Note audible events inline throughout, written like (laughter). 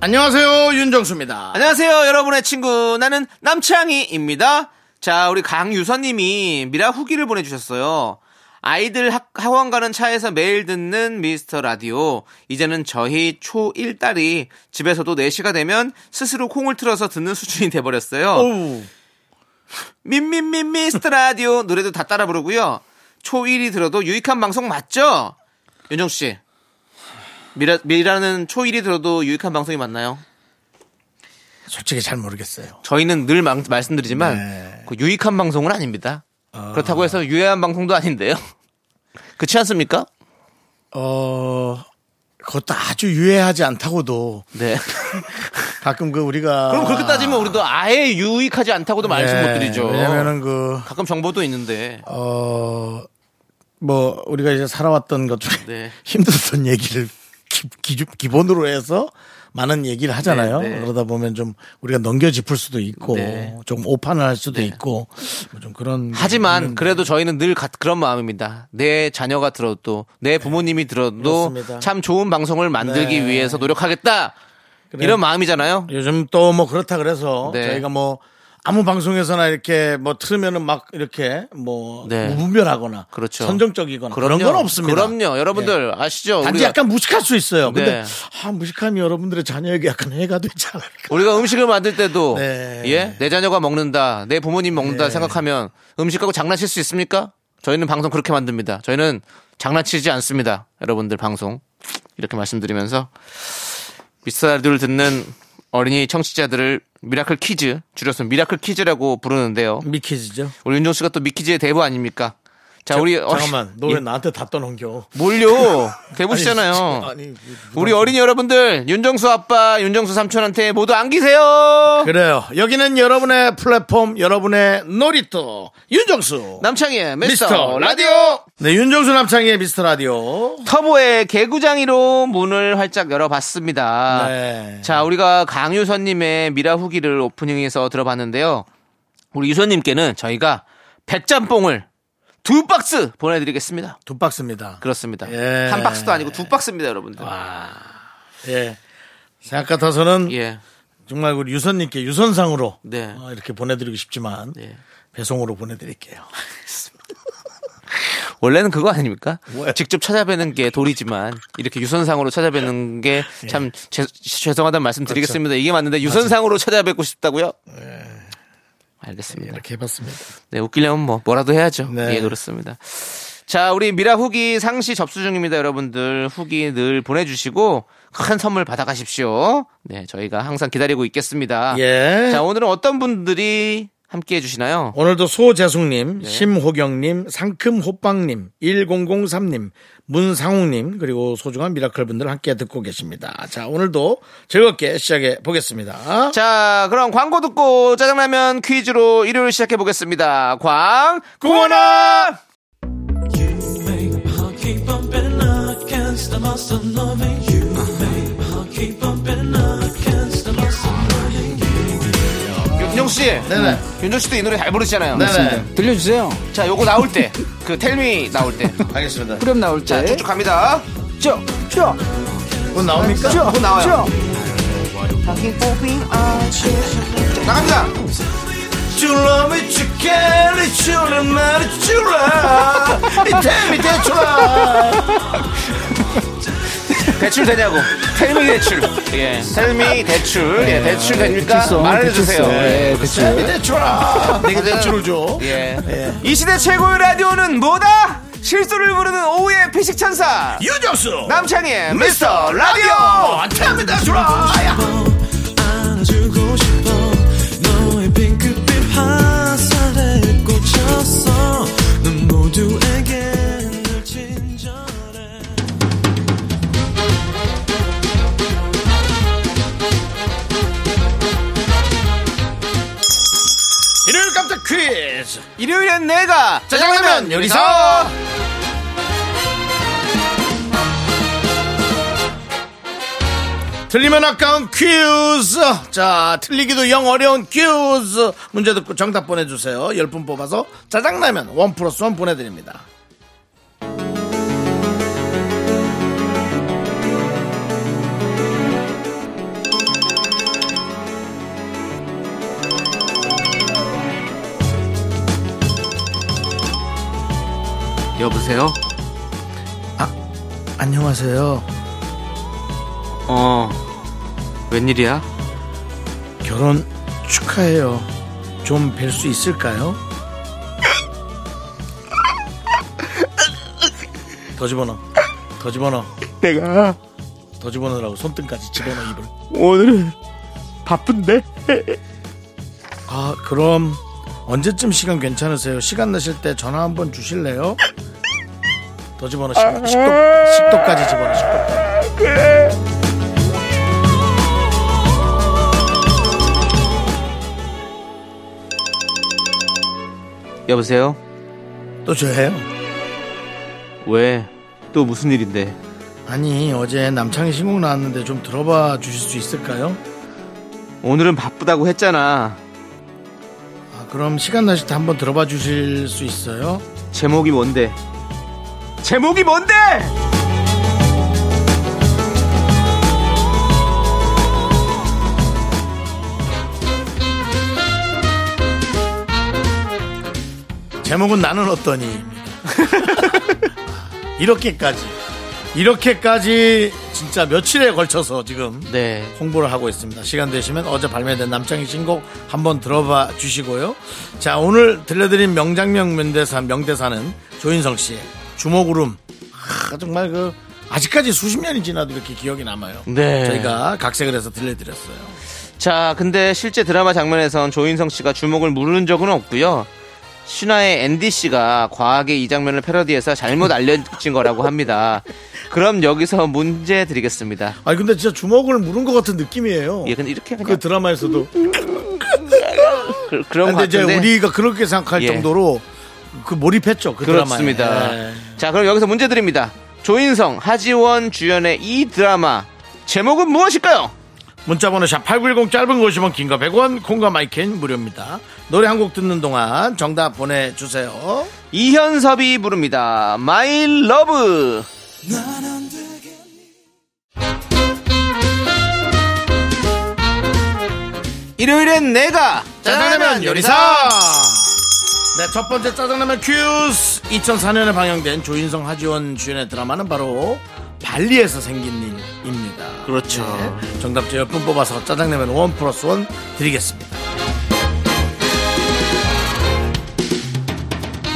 안녕하세요 윤정수입니다. 안녕하세요, 여러분의 친구. 나는 남창희입니다. 자, 우리 강유선님이 미라 후기를 보내주셨어요. 아이들 학, 학원 가는 차에서 매일 듣는 미스터 라디오. 이제는 저희 초1딸이 집에서도 4시가 되면 스스로 콩을 틀어서 듣는 수준이 돼버렸어요. 민민민 미스터 라디오 노래도 다 따라 부르고요. 초1이 들어도 유익한 방송 맞죠? 윤정수 씨. 미라, 미라는 초1이 들어도 유익한 방송이 맞나요? 솔직히 잘 모르겠어요. 저희는 늘 말- 말씀드리지만 네. 그 유익한 방송은 아닙니다. 그렇다고 해서 유해한 방송도 아닌데요. (laughs) 그렇지 않습니까? 어 그것도 아주 유해하지 않다고도 네. 가끔 그 우리가 그럼 그렇게 따지면 우리도 아예 유익하지 않다고도 말씀 네, 못 드리죠. 왜냐면은 그 가끔 정보도 있는데. 어, 뭐, 우리가 이제 살아왔던 것 중에 네. 힘들었던 얘기를 기, 본으로 해서 많은 얘기를 하잖아요. 네, 네. 그러다 보면 좀 우리가 넘겨 짚을 수도 있고, 네. 조금 오판을 할 수도 있고, 뭐좀 그런. 음. 하지만 그래도 저희는 늘 가- 그런 마음입니다. 내 자녀가 들어도 내 부모님이 들어도 네. 그렇습니다. 참 좋은 방송을 만들기 네. 위해서 노력하겠다. 이런 마음이잖아요. 요즘 또 뭐 그렇다 그래서 네. 저희가 뭐 아무 방송에서나 이렇게 뭐 틀으면은 막 이렇게 뭐 네. 무분별하거나 그렇죠. 선정적이거나 그런건 그럼요. 없습니다. 예. 그럼요. 여러분들 아시죠? 단지 우리가- 약간 무식할 수 있어요. 근데 네. 아, 무식함이 여러분들의 자녀에게 약간 해가 되지 않을까. (laughs) 우리가 음식을 만들 때도 네. 예? 내 자녀가 먹는다, 내 부모님 먹는다 생각하면 음식하고 장난칠 수 있습니까? 저희는 방송 그렇게 만듭니다. 저희는 장난치지 않습니다. 여러분들 방송 이렇게 말씀드리면서 미스터 라디오를 듣는 어린이 청취자들을 미라클 키즈 줄여서 미라클 키즈라고 부르는데요. 미키즈죠. 우리 윤종 씨가 또 미키즈의 대부 아닙니까? 자, 우리 어린- 잠깐만, 너 예, 왜 나한테 다 떠넘겨? (laughs) 뭘요? (laughs) 대부시잖아요. 아니, 뭐. 우리 어린이 여러분들 윤정수 아빠, 윤정수 삼촌한테 모두 안기세요. 그래요. 여기는 여러분의 플랫폼, 여러분의 놀이터 윤정수 남창희의 미스터, 미스터 라디오 라디오. 네, 윤정수 남창희의 미스터 라디오. 터보의 개구장이로 문을 활짝 열어봤습니다. 네. 자, 우리가 강유선님의 미라 후기를 오프닝에서 들어봤는데요. 우리 유선님께는 저희가 백짬뽕을 두 박스 보내드리겠습니다. 두 박스입니다. 그렇습니다. 예. 한 박스도 아니고 두 박스입니다, 여러분들. 예. 생각 같아서는 예. 정말 우리 유선님께 유선상으로 네. 어, 이렇게 보내드리고 싶지만 네. 배송으로 보내드릴게요. 아, 원래는 그거 아닙니까? 뭐야? 직접 찾아뵈는 게 도리지만 이렇게 유선상으로 찾아뵈는 게 참 죄송하다는 말씀 드리겠습니다. 이게 맞는데 유선상으로 찾아뵙고 싶다고요? 알겠습니다. 이렇게 해봤습니다. 네, 웃기려면 뭐 뭐라도 해야죠. 네. 예, 그렇습니다. 자, 우리 미라 후기 상시 접수 중입니다, 여러분들. 후기 늘 보내주시고 큰 선물 받아가십시오. 네, 저희가 항상 기다리고 있겠습니다. 예. 아, 자, 오늘은 어떤 분들이 함께 해주시나요? 오늘도 소재숙님, 네. 심호경님, 상큼호빵님, 1003님, 문상욱님, 그리고 소중한 미라클 분들 함께 듣고 계십니다. 자, 오늘도 즐겁게 시작해 보겠습니다. 자, 그럼 광고 듣고 짜장라면 퀴즈로 일요일 시작해 보겠습니다. 광, 구원아! 윤정씨, 네네. 윤정씨도 이 노래 잘 부르시잖아요. 네네. 들려주세요. 자, 요거 나올 때, 그 텔미 나올 (laughs) 때. 알겠습니다. 그럼 나올 때. 자, 쭉쭉 갑니다. 쭉, 쭉, 곧 나옵니까? 쭉, 곧뭐 나와요. 쭉. 나갑니다. You love me, you care it, you love me, you 아, love me. Tell me that you love. (laughs) 대출 되냐고. 텔미 대출. 예. 텔미 대출. 예, 대출 됩니까? 대출성, 말해주세요. 대출성. 예. 네, 예, Tell 대출. me that you love. 내가 대출을 줘. 예. 이 시대 최고의 라디오는 뭐다? 실수를 부르는 오후의 피식천사. 유정수. 남창희의 미스터 라디오! 라디오. Tell me that you love. 땐 내가 짜장라면 요리사 틀리면 아까운 퀴즈. 자, 틀리기도 영 어려운 퀴즈. 문제 듣고 정답 보내주세요. 10분 뽑아서 짜장라면 원 플러스 원 보내드립니다. 여보세요 안녕하세요. 어 웬일이야 결혼 축하해요. 좀 뵐 수 있을까요? 더 집어넣어. 더 집어넣어. 내가 더 집어넣으라고 손등까지 집어넣어 입을. 오늘은 바쁜데 아 그럼 언제쯤 시간 괜찮으세요? 시간 내실 때 전화 한번 주실래요? 더 집어넣어 식, 아. 식도 식도까지 집어넣어 식도까지. 여보세요 또 저예요? 왜 또 무슨 일인데 아니 어제 남창희 신곡 나왔는데 좀 들어봐 주실 수 있을까요? 오늘은 바쁘다고 했잖아 아, 그럼 시간 나실 때 한번 들어봐 주실 수 있어요? 제목이 뭔데 제목이 뭔데 제목은 나는 어떠니? 아, 이렇게까지 이렇게까지 진짜 며칠에 걸쳐서 지금 네 홍보를 하고 있습니다. 시간 되시면 어제 발매된 남창희 신곡 한번 들어봐 주시고요. 자, 오늘 들려드린 명장면 명대사, 명대사는 조인성 씨의 주먹구름. 아, 정말 그, 아직까지 수십 년이 지나도 이렇게 기억이 남아요. 네. 저희가 각색을 해서 들려드렸어요. 자, 근데 실제 드라마 장면에선 조인성 씨가 주먹을 물은 적은 없고요. 신화의 앤디 씨가 과하게 이 장면을 패러디해서 잘못 알려진 거라고 합니다. 그럼 여기서 문제 드리겠습니다. 아니, 근데 진짜 주먹을 무른 것 같은 느낌이에요. 예, 근데 이렇게 그냥 그 드라마에서도. 그, 그런 것 근데 이제 같은데 우리가 그렇게 생각할 예. 정도로 그 몰입했죠. 그 그렇습니다. 드라마에. 예. 자, 그럼 여기서 문제 드립니다. 조인성, 하지원 주연의 이 드라마 제목은 무엇일까요? 문자번호 샵8910 짧은 거 50원 긴거 100원 콩과 마이캔 무료입니다. 노래 한 곡 듣는 동안 정답 보내주세요. 이현섭이 부릅니다. 마이 러브. 일요일엔 내가 짜장라면 요리사. 네, 첫 번째 짜장라면 큐스 2004년에 방영된 조인성 하지원 주연의 드라마는 바로 발리에서 생긴 일입니다. 그렇죠. 네, 정답자 10분 뽑아서 짜장라면 원 플러스 원 드리겠습니다.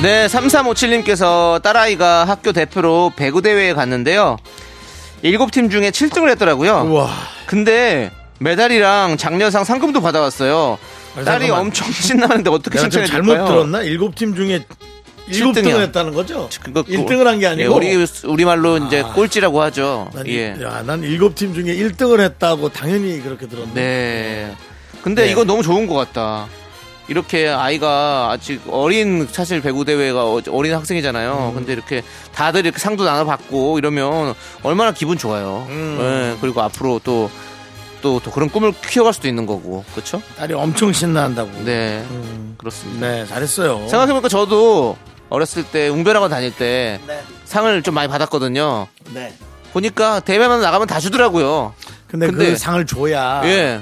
네, 3357님께서 딸아이가 학교 대표로 배구 대회에 갔는데요. 7팀 중에 7등을 했더라고요. 우와. 근데 메달이랑 장려상 상금도 받아왔어요. 아, 딸이 잠깐만. 엄청 (laughs) 신나는데 어떻게 내가 좀 칭찬해 잘못 줄까요? 들었나? 7팀 중에 7등을 칠등이야. 했다는 거죠? 그거- 1등을 한 게 예, 아니고 우리 우리 말로 이제 꼴찌라고 하죠. 난, 예. 일- 야, 난 일곱 팀 중에 1등을 했다고 당연히 그렇게 들었네. 네. 근데 네. 이거 너무 좋은 것 같다. 이렇게 아이가 아직 어린 사실 배구 대회가 어- 어린 학생이잖아요. 음. 근데 이렇게 다들 이렇게 상도 나눠받고 이러면 얼마나 기분 좋아요. 음. 예, 그리고 앞으로 또 또 또 그런 꿈을 키워갈 수도 있는 거고, 그렇죠? 딸이 엄청 신나한다고. 네, 네, 그렇습니다. 잘했어요. 생각해보니까 저도 어렸을 때 웅변학원 다닐 때 상을 좀 많이 받았거든요. 네. 보니까 대회만 나가면 다 주더라고요. 근데, 근데- 그 상을 줘야 예.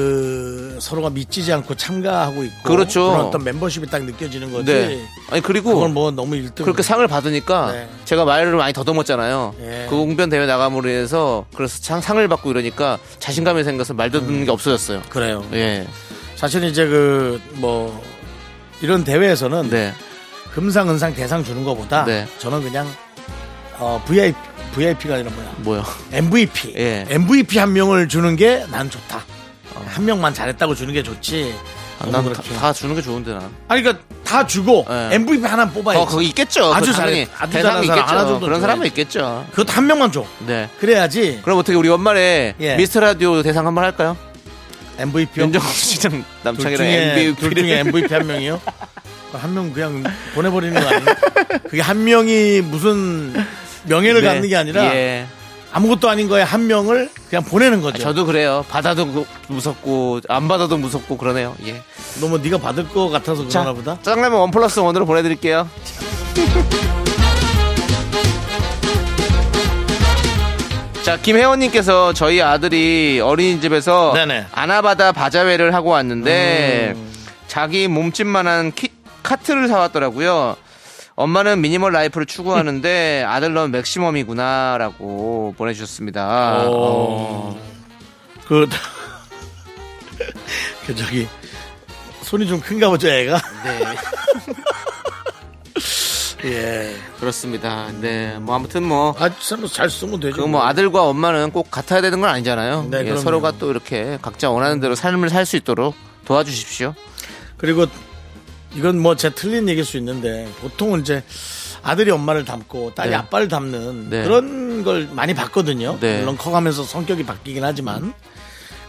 그 서로가 미치지 않고 참가하고 있고 그렇죠. 런 어떤 멤버십이 딱 느껴지는 거지. 네. 아니 그리고 그걸 뭐 너무 1등 그렇게 상을 받으니까 네. 제가 말을 많이 더듬었잖아요. 예. 그 웅변 대회 나감으로 해서 그래서 상, 상을 받고 이러니까 자신감이 생겨서 말 더듬는 음. 게 없어졌어요. 그래요. 예. 사실 이제 그 뭐 이런 대회에서는 네. 금상 은상 대상 주는 것보다 네. 저는 그냥 어, VIP VIP가 아니라 뭐야 뭐요? MVP. 예. 어. MVP 한 명을 주는 게 난 좋다. 한 명만 잘했다고 주는 게 좋지. 아, 너무 난 다, 그렇게. 다 주는 게 좋은데 난. 아니, 그니까 다 주고 예. MVP 하나 뽑아야지. 어, 거기 있겠죠. 아주 그 당연히 잘해. 아주 잘하는 대상이 사람 있겠죠. 하나 정도는 그런 사람은 줘야지. 있겠죠. 그것도 한 명만 줘. 네. 그래야지 그럼 어떻게 우리 연말에 예. 미스터 라디오 대상 한번 할까요? MVP. 윤정수 시장 둘 남창이랑 중에, MVP를 (laughs) 둘 중에 MVP 한 명이요? 한 명 그냥 보내버리는 거 아니에요? 그게 한 명이 무슨 명예를 네. 갖는 게 아니라 예. 아, 아무것도 아닌 거에 한 명을 그냥 보내는 거죠. 저도 그래요. 받아도 그- 무섭고 안 받아도 무섭고 그러네요. 예. 너무 네가 받을 것 같아서 자, 그러나 보다. 짜장라면 원 플러스 원으로 보내드릴게요. 자, 김혜원님께서 저희 아들이 어린이집에서 네네. 음. 아나바다 바자회를 하고 왔는데 자기 몸집만한 키, 카트를 사왔더라고요. 엄마는 미니멀 (laughs) 라이프를 추구하는데 아들은 맥시멈이구나라고 보내주셨습니다. 어. 그, (laughs) 그 저기 손이 좀 큰가 보죠, 애가. 네, (laughs) 예. 그렇습니다. 네, 뭐 아무튼 뭐 아, 참잘 쓰면 되죠. 그 뭐 아들과 엄마는 꼭 같아야 되는 건 아니잖아요. 네, 예, 그럼요. 서로가 또 이렇게 각자 원하는 대로 삶을 살 수 있도록 도와주십시오. 그리고 이건 뭐 제 틀린 얘기일 수 있는데 보통은 이제 아들이 엄마를 닮고 딸이 네. 아빠를 닮는 네. 그런 걸 많이 봤거든요. 네. 물론 커가면서 성격이 바뀌긴 하지만.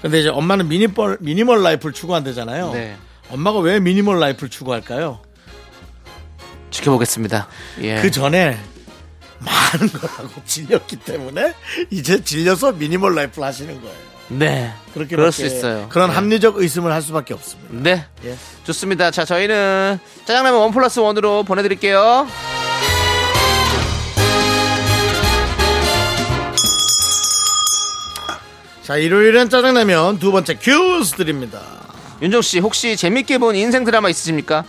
근데 이제 엄마는 미니멀, 미니멀 라이프를 추구한다잖아요. 네. 엄마가 왜 미니멀 라이프를 추구할까요? 지켜보겠습니다. 예. 그 전에 많은 걸 하고 (laughs) 질렸기 때문에 이제 질려서 미니멀 라이프를 하시는 거예요. 네. 그렇게 그럴 수 있어요. 그런 네. 합리적 의심을 할 수밖에 없습니다. 네. 예. 좋습니다. 자, 저희는 짜장라면 원 플러스 원으로 보내드릴게요. 자, 일요일엔 짜장라면 두 번째 큐스 드립니다. 윤정 씨, 혹시 재밌게 본 인생 드라마 있으십니까?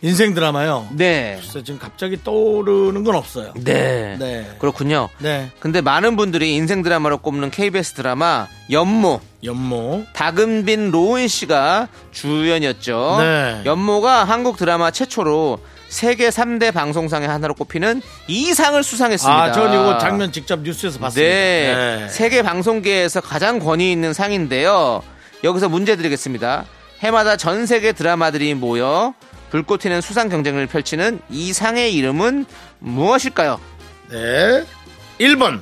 인생 드라마요. 네. 글쎄 지금 갑자기 떠오르는 건 없어요. 네. 네. 그렇군요. 네. 근데 많은 분들이 인생 드라마로 꼽는 KBS 드라마 연모 연모. 박은빈 로운 씨가 주연이었죠. 네. 연모가 한국 드라마 최초로 세계 3대 방송상의 하나로 꼽히는 이 상을 수상했습니다. 아, 전 이거 장면 직접 뉴스에서 봤습니다. 네. 네. 세계 방송계에서 가장 권위 있는 상인데요. 여기서 문제 드리겠습니다. 해마다 전 세계 드라마들이 모여 불꽃 튀는 수상 경쟁을 펼치는 이 상의 이름은 무엇일까요? 네. 1번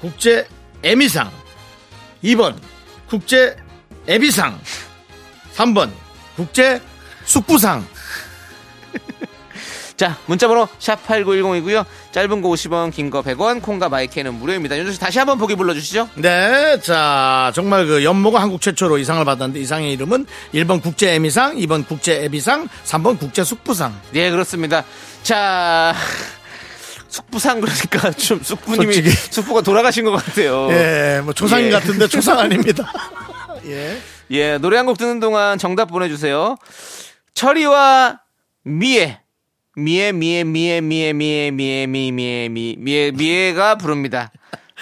국제 에미상. 2번 국제 에비상. 3번 국제 숙부상. 자, 문자번호 샵8910이고요. 짧은 거 50원, 긴 거 100원, 콩과 마이크는 무료입니다. 윤정 씨 다시 한번 보기 불러주시죠. 네, 자, 정말 그 연모가 한국 최초로 이상을 받았는데 이상의 이름은 1번 국제 에미상, 2번 국제 에비상, 3번 국제 숙부상. 네, 그렇습니다. 자. 숙부상 그러니까 (laughs) 좀 숙부님이 솔직히. 숙부가 돌아가신 것 같아요. 예, 뭐 조상 예. 같은데 조상 아닙니다. 예. 예, 노래 한 곡 듣는 동안 정답 보내주세요. 철이와 미애. 미애, 미애, 미애, 미애, 미애, 미애, 미애, 미애, 미애, 미애, 미애가 부릅니다.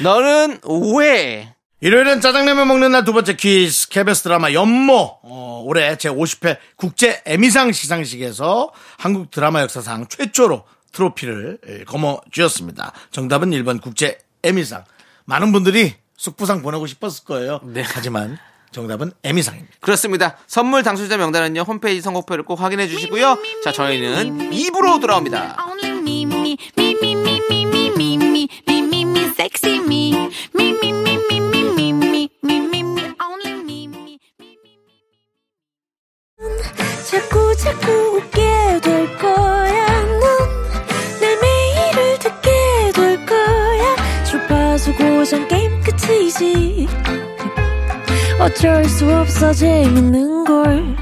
너는 왜? 일요일엔 짜장라면 먹는 날 두 번째 퀴즈 KBS 드라마 연모 어, 올해 제50회 국제 에미상 시상식에서 한국 드라마 역사상 최초로 트로피를 예, 거머쥐었습니다. 정답은 1번 국제 에미상. 많은 분들이 숙부상 보내고 싶었을 거예요. 하지만 정답은 에미상입니다. 그렇습니다. 선물 당첨자 명단은요, 홈페이지 선곡표를 꼭 확인해 주시고요. 자, 저희는 입으로 돌아옵니다. Only me, me, me, me, me, me, me, me, me, me, me, me, sexy me. Me, me, me, me, me, me, me, me, me, me, only me, me. 자꾸 자꾸 웃게 될 거야. 넌내 매일을 듣게 될 거야. 주파수 고정 게임 끝이지. 어쩔 수 없어 재밌는 걸.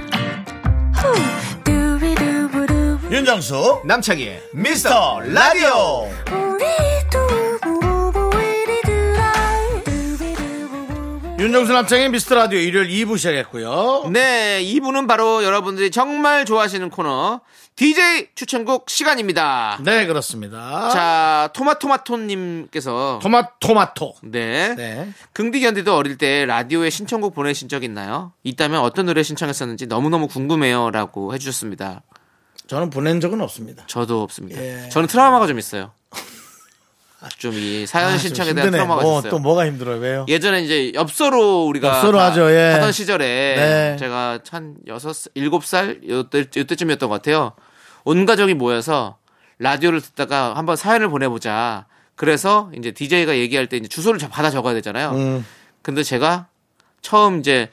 후. 두비두부두. 윤정수 남창희의 미스터 라디오 우리 두부부부리두라. 두비두부부부. 윤정수 남창희의 미스터 라디오 일요일 2부 시작했고요. 네, 이분은 바로 여러분들이 정말 좋아하시는 코너, DJ 추천곡 시간입니다. 네 그렇습니다. 자, 토마토마토님께서 토마토마토 네. 네. 긍디 견디도 어릴 때 라디오에 신청곡 보내신 적 있나요? 있다면 어떤 노래 신청했었는지 너무너무 궁금해요라고 해주셨습니다. 저는 보낸 적은 없습니다. 저도 없습니다. 예. 저는 트라우마가 좀 있어요. 좀 이 사연 신청에 대한 트라우마가 아, 뭐, 있어요. 또 뭐가 힘들어요? 왜요? 예전에 이제 엽서로 우리가 엽서로 다 하죠, 예. 하던 시절에 네. 제가 한 여섯 일곱 살 요때 요때쯤이었던 것 같아요. 온 가족이 모여서 라디오를 듣다가 한번 사연을 보내보자. 그래서 이제 예. 음. DJ가 얘기할 때 이제 주소를 저- 받아 적어야 되잖아요. 근데 제가 처음 이제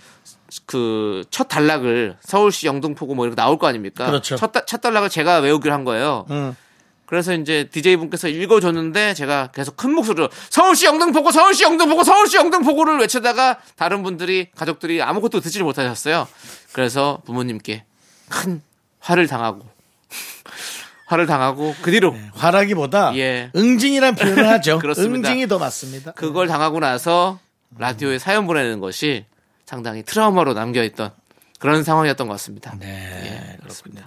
그 첫 단락을 서울시 영등포구 뭐 이렇게 나올 거 아닙니까? 그렇죠. 첫, 다- 첫 단락을 제가 외우기로 한 거예요. 음. 그래서 이제 DJ 분께서 읽어줬는데 제가 계속 큰 목소리로 서울시 영등포구 서울시 영등포구 서울시 영등포구를 외치다가 다른 분들이 가족들이 아무것도 듣지를 못하셨어요. 그래서 부모님께 큰 화를 당하고 화를 당하고 그 뒤로 네. 화라기보다 예. 응징이란 표현을 하죠. (laughs) 그렇습니다. 응징이 더 맞습니다. 그걸 당하고 나서 라디오에 사연 보내는 것이 상당히 트라우마로 남겨있던 그런 상황이었던 것 같습니다. 예. 네, 그렇군요.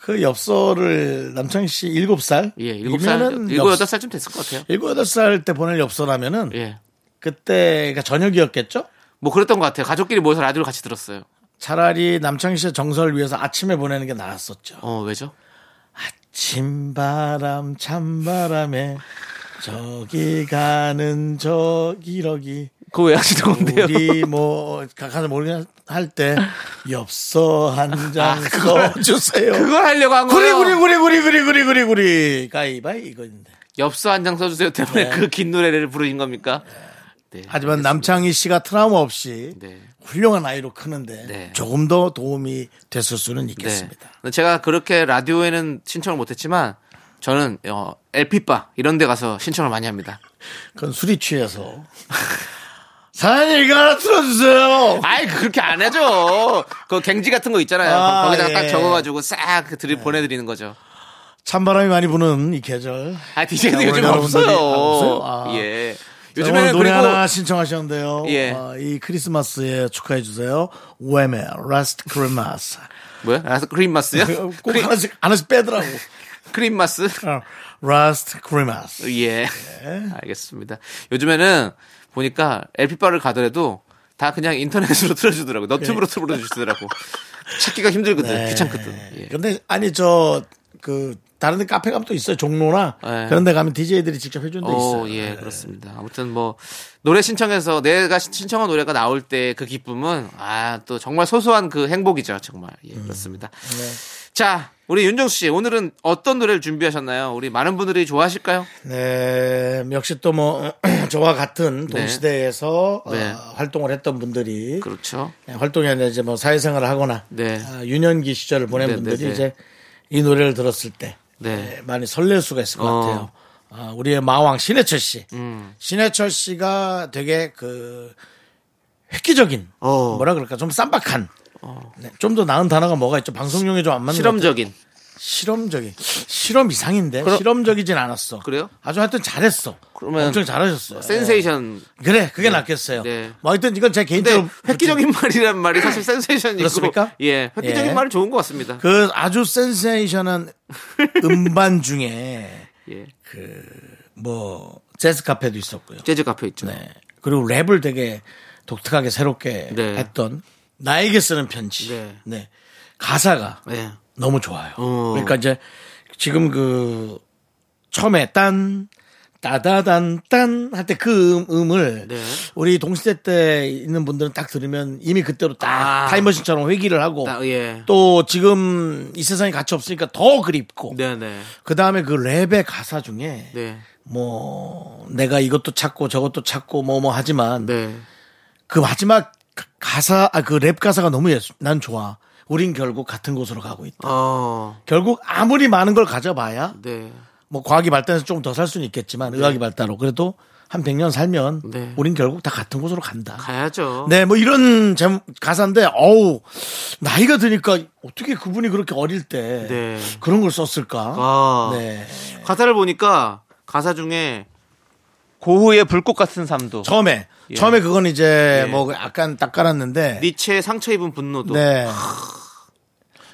그 엽서를 남창희 씨 7살? 예, 일곱 살, 일곱 여덟 살쯤 됐을 것 같아요. 7, 8살 때 보낼 엽서라면은 예, 그때가 저녁이었겠죠? 뭐 그랬던 것 같아요. 가족끼리 모여서 라디오를 같이 들었어요. 차라리 남창희 씨의 정서를 위해서 아침에 보내는 게 나았었죠. 어, 왜죠? 진바람 찬바람에 저기 가는 저기러기 그거 왜 하시는 건데요? 어, 우리 뭐 가서 모르게 할 때 엽서 한 장 써주세요. (laughs) 아, 그걸 하려고 한 구리 거예요. 네, 구리 구리 구리 구리 구리 구리 구리 가위바위 이건데. 엽서 한 장 써주세요 때문에 네. 그 긴 노래를 부르신 겁니까? 네. 하지만 남창희 씨가 트라우마 없이 네. 훌륭한 아이로 크는데 네. 조금 더 도움이 됐을 수는 네. 있겠습니다. 제가 그렇게 라디오에는 신청을 못했지만 저는 어, LP바 이런 데 가서 신청을 많이 합니다. 그건 술이 취해서 사장님 이거 하나 틀어주세요. 아이 그렇게 안 하죠. 그 갱지 같은 거 있잖아요. 아, 거기다가 예. 딱 적어가지고 싹그 드립 보내드리는 거죠. 찬바람이 많이 부는 이 계절. 아 DJ는 야, 요즘 오늘 없어요. 여러분들이- 아, 없어요? 아. 예. 오늘 요즘에는 노래 그리고 하나 신청하셨는데요. 예. 아, 이 크리스마스에 축하해 주세요. 웨메 라스트 크리스마스. 뭐야? 아, 크림마스요? (laughs) 꼭 하나씩 하나씩 빼더라고. 크림마스? 라스트 크리스마스. 예. 알겠습니다. 요즘에는 보니까 LP바를 가더라도 다 그냥 인터넷으로 (laughs) 틀어주더라고. 너튜브로 예. 틀어주시더라고. 찾기가 힘들거든. 네. 귀찮거든. 예. 근데 아니 저 그 다른 데 카페 가면 또 있어요. 종로나 예. 그런 데 가면 DJ들이 직접 해주는 데 네, 있어요. 오, 예, 그렇습니다. 아무튼 뭐 노래 신청해서 내가 시- 신청한 노래가 나올 때 그 기쁨은 아 또 정말 소소한 그 행복이죠, 정말. 예, 음. 그렇습니다. 네. 자, 우리 윤정수 씨 오늘은 어떤 노래를 준비하셨나요? 우리 많은 분들이 좋아하실까요? 네, 역시 또 뭐 (clears throat) 저와 같은 동시대에서 네. 어, 활동을 했던 분들이 그렇죠. 네, 활동이 아니라 이제 뭐 사회생활을 하거나 네. 아, 유년기 시절을 보낸 네, 분들이 네, 네. 이제 이 노래를 들었을 때 네. 네, 많이 설렐 수가 있을 것 어. 음. 같아요. 아, 우리의 마왕 신해철 씨, 신해철 씨가 되게 그 획기적인 어. 뭐라 그럴까 좀 쌈박한 네, 좀 더 나은 단어가 뭐가 있죠? 방송용에 좀 안 맞는 것 같아요. 실험적인. 실험적인 실험 이상인데 그럼- 실험적이진 않았어. 그래요? 아주 하여튼 잘했어. 그러면 뭐 엄청 잘하셨어요. 센세이션. 예. 그래 그게 낫겠어요. 네. 뭐 하여튼 이건 제 개인적으로 근데 획기적인 말이란 말이 사실 센세이션이고 그렇습니까? 예, 획기적인 예. 말은 좋은 것 같습니다. 그 아주 센세이션한 음반 중에 그 (laughs) 예. 뭐 재즈 카페도 있었고요. 재즈 카페 있죠. 네. 그리고 랩을 되게 독특하게 새롭게 네. 했던 나에게 쓰는 편지. 네. 네. 가사가 네. 너무 좋아요. 어. 그러니까 이제 지금 그 처음에 딴 따다단 딴 할 때 그 음을 네. 우리 동시대 때 있는 분들은 딱 들으면 이미 그때로 딱 아. 타임머신처럼 회기를 하고 나- 예. 또 지금 이 세상에 같이 없으니까 더 그립고 네, 네. 그 다음에 그 랩의 가사 중에 네. 뭐 내가 이것도 찾고 저것도 찾고 뭐 뭐 하지만 네. 그 마지막 가- 가사 아 그 랩 가사가 너무 예술 난 좋아 우린 결국 같은 곳으로 가고 있다 어. 결국 아무리 많은 걸 가져봐야 네. 뭐 과학이 발달해서 조금 더 살 수는 있겠지만 의학이 발달로 그래도 한 100년 살면 네. 우린 결국 다 같은 곳으로 간다 가야죠. 네, 뭐 이런 제목, 가사인데, 어우, 나이가 드니까 어떻게 그분이 그렇게 어릴 때 네. 그런 걸 썼을까? 아. 네. 가사를 보니까 가사 중에 고흐의 불꽃 같은 삶도 처음에, 예. 처음에 그건 이제 예. 뭐 약간 딱 깔았는데, 니체의 상처 입은 분노도 네.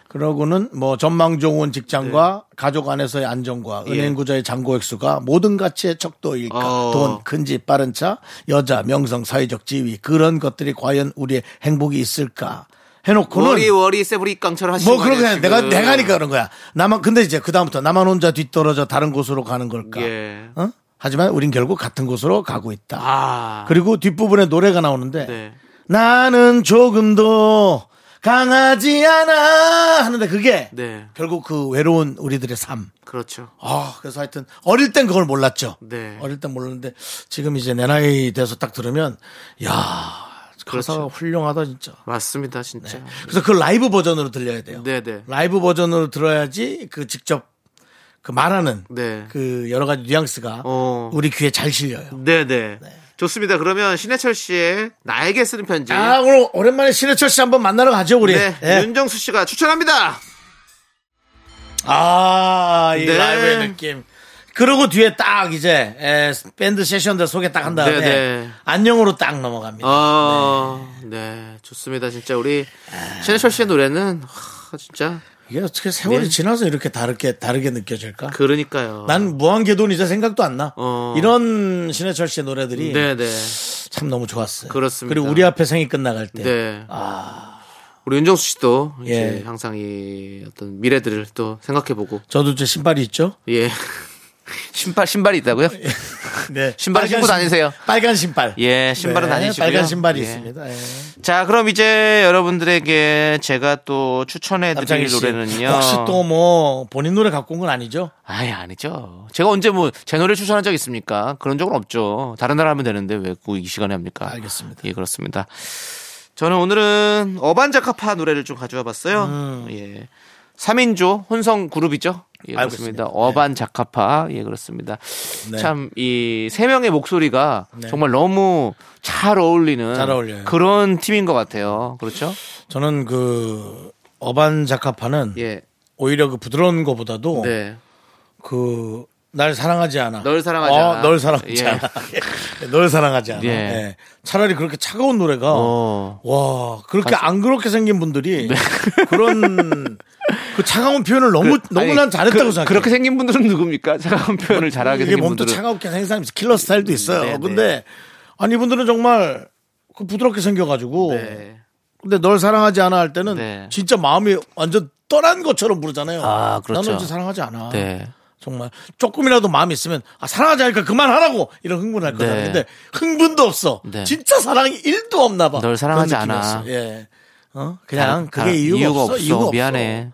그러고는 뭐 전망 좋은 직장과 네. 가족 안에서의 안정과 은행 구좌의 잔고 액수가 모든 가치의 척도일까 예. 어. 돈 큰 집 빠른 차 여자 명성 사회적 지위 그런 것들이 과연 우리의 행복이 있을까 해놓고는 워리 워리 세브리깡처럼 하시는 뭐 그런 거야. 거예요, 내가 지금. 내가 하니까 그런 거야. 나만 근데 이제 그 다음부터 나만 혼자 뒤떨어져 다른 곳으로 가는 걸까? 예. 어? 하지만 우린 결국 같은 곳으로 가고 있다. 아. 그리고 뒷부분에 노래가 나오는데 네. 나는 조금도 강하지 않아 하는데 그게 네. 결국 그 외로운 우리들의 삶. 그렇죠. 아, 그래서 하여튼 어릴 땐 그걸 몰랐죠. 네. 어릴 땐 몰랐는데 지금 이제 내 나이 돼서 딱 들으면 야, 가사가 그렇죠. 훌륭하다 진짜. 맞습니다, 진짜. 그래서 그 라이브 버전으로 들려야 돼요. 네, 네. 라이브 버전으로 들어야지 그 직접 그 말하는 네. 그 여러 가지 뉘앙스가 어. 우리 귀에 잘 실려요. 네, 네. 좋습니다. 그러면 신해철 씨의 나에게 쓰는 편지. 아 오늘 오랜만에 신해철 씨 한번 만나러 가죠 우리. 예. 네, 예. 윤정수 씨가 추천합니다. 아, 이 네. 라이브의 느낌. 그러고 뒤에 딱 이제 에, 밴드 세션들 소개 딱 한 다음에 네, 네. 안녕으로 딱 넘어갑니다. 어, 네. 좋습니다. 진짜 우리 신해철 씨의 노래는 하, 진짜 이게 어떻게 세월이 네. 지나서 이렇게 다르게 다르게 느껴질까? 그러니까요. 난 무한궤도는 이제 생각도 안 나. 어. 이런 신해철 씨의 노래들이 네, 네. 참 너무 좋았어요. 그렇습니다. 리고 우리 앞에 생이 끝나갈 때. 아. 네. 우리 윤정수 씨도 이제 예. 항상 이 어떤 미래들을 또 생각해보고 저도 제 신발이 (laughs) 있죠? 예. 신발 신발이 있다고요? 네. 신발 신고 빨간 다니세요? 신- 빨간 신발. 예, 신발은 네, 다니시고요. 빨간 신발이 예. 있습니다. 예. 자, 그럼 이제 여러분들에게 제가 또 추천해 남창희 드릴 씨, 노래는요. 혹시 또 뭐 본인 노래 갖고 온 건 아니죠? 아예 아니죠. 제가 언제 뭐 제 노래 추천한 적 있습니까? 그런 적은 없죠. 다른 날 하면 되는데 왜 꼭 이 시간에 합니까? 알겠습니다. 예, 그렇습니다. 저는 오늘은 어반자카파 노래를 좀 가져와 봤어요. 음. 예. 3인조 혼성 그룹이죠. 예, 알고 있습니다. 그렇습니다. 네. 어반자카파. 예, 그렇습니다. 네. 참 이 세 명의 목소리가 네. 정말 너무 잘 어울리는 잘 어울려요. 그런 팀인 것 같아요. 그렇죠? 저는 그 어반 자카파는 예. 오히려 그 부드러운 거보다도 네. 그 날 사랑하지 않아. 널 사랑하지 어, 않아. 널 사랑하지 예. 않아. (laughs) 예. 널 사랑하지 않아. 예. 예. 차라리 그렇게 차가운 노래가 어. 네. 와 그렇게 안 그렇게 생긴 분들이 (laughs) 그런 그 차가운 표현을 너무 너무 아니, 난 잘했다고 그- 생각해. 그렇게 생긴 분들은 누굽니까? 차가운 표현을 잘하게 이게 생긴 몸도 분들은. 차갑게 생긴 사람이 있어. 킬러 스타일도 있어요. 네, 네. 근데 아니 이분들은 정말 그 부드럽게 생겨가지고 네. 근데 널 사랑하지 않아 할 때는 네. 진짜 마음이 완전 떠난 것처럼 부르잖아요. 아, 그렇죠. 나는 이제 사랑하지 않아. 네. 정말 조금이라도 마음이 있으면 아, 사랑하지 않으니까 그만하라고 이런 흥분할 네. 거잖아요. 근데 흥분도 없어. 네. 진짜 사랑이 1도 없나 봐. 널 사랑하지 그런 않아. 느낌이었어요. 예. 어? 다른- 그냥 그게 다른 이유가, 없어. 이유가 없어. 아, 미안해.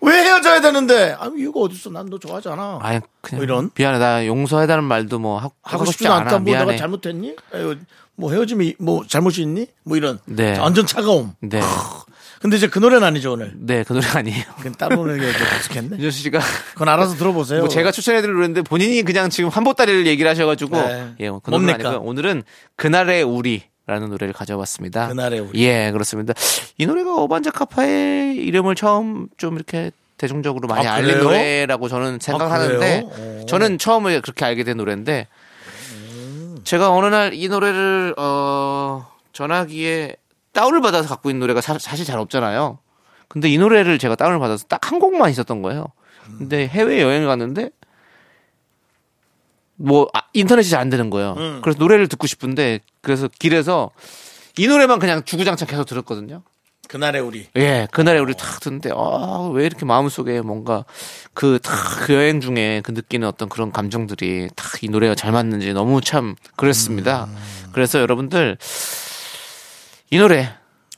왜 헤어져야 되는데? 아, 이유가 어딨어. 난 너 좋아하지 않아. 아니 그냥 뭐 이런? 미안해. 나 용서해달라는 말도 뭐 하, 하고 싶지 싶지도 않아. 않다. 뭐 미안해. 내가 잘못했니? 아유, 뭐 헤어짐이 뭐 잘못이 있니? 뭐 이런. 네. 완전 차가움. 네. 근데 이제 그 노래는 아니죠 오늘. 네, 그 노래 아니에요. (laughs) 그건 따로 오늘 계속했네. 윤정수 씨가 그건 알아서 네, 들어보세요. 뭐 제가 추천해드릴 노래인데 본인이 그냥 지금 한보따리를 얘기를 하셔가지고 네. 예, 그 노래는 뭡니까? 아니고요. 오늘은 그날의 우리라는 노래를 가져왔습니다. 그날의 우리. 예, 그렇습니다. 이 노래가 어반자카파의 이름을 처음 좀 이렇게 대중적으로 많이 아, 알린 그래요? 노래라고 저는 생각하는데 아, 그래요? 오. 저는 처음에 그렇게 알게 된 노래인데 제가 어느 날 이 노래를 어 전화기에 다운을 받아서 갖고 있는 노래가 사, 실잘 없잖아요. 근데 이 노래를 제가 다운을 받아서 딱 한 곡만 있었던 거예요. 근데 해외 여행을 갔는데 뭐 아, 인터넷이 잘 안 되는 거예요. 음. 그래서 노래를 듣고 싶은데 그래서 길에서 이 노래만 그냥 주구장창 계속 들었거든요. 그날의 우리. 예, 그날에 우리 탁 듣는데, 아, 왜 이렇게 마음속에 뭔가 그, 탁, 그 여행 중에 그 느끼는 어떤 그런 감정들이 탁 이 노래가 잘 맞는지 너무 참 그랬습니다. 그래서 여러분들, 이 노래,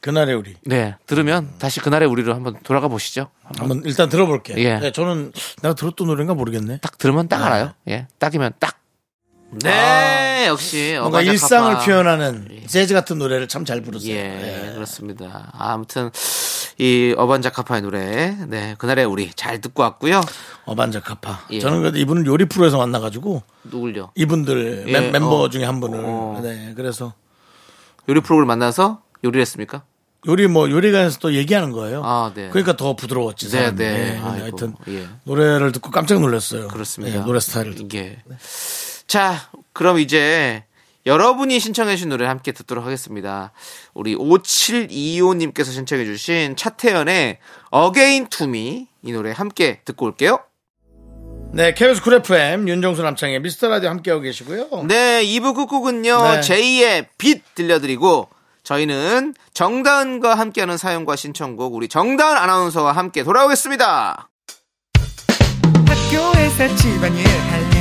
그날의 우리. 네, 들으면 다시 그날의 우리로 한번 돌아가 보시죠. 한번 일단 들어볼게. 예. 네, 저는 내가 들었던 노래인가 모르겠네. 딱 들으면 딱 알아요. 예, 딱이면 딱. 네, 역시. 뭔가 어반자카파. 일상을 표현하는 재즈 같은 노래를 참 잘 부르세요. 예, 예. 그렇습니다. 아, 아무튼 이 어반자카파의 노래, 네, 그날의 우리 잘 듣고 왔고요. 어반자카파. 예. 저는 그래도 이분은 요리 프로에서 만나가지고 누굴요? 이분들 예, 멤, 버 어. 중에 한 분을. 어. 네, 그래서 요리 프로그램 만나서 요리를 했습니까? 요리 뭐 요리관에서 또 얘기하는 거예요. 아, 네. 그러니까 더 부드러웠지. 네, 사람이. 네. 예, 근데 아이고, 하여튼 예. 노래를 듣고 깜짝 놀랐어요. 그렇습니다. 예, 노래 스타일을 네. 듣고. 이게. 자, 그럼 이제 여러분이 신청해주신 노래 함께 듣도록 하겠습니다. 우리 5725님께서 신청해주신 차태현의 Again to Me 이 노래 함께 듣고 올게요. 네, KBS 쿨 FM 윤정수 남창의 미스터 라디오 함께하고 계시고요. 네, 2부 끝곡은요, 네. 제이의 빛 들려드리고, 저희는 정다은과 함께하는 사연과 신청곡, 우리 정다은 아나운서와 함께 돌아오겠습니다. 학교에서 집안일 할 일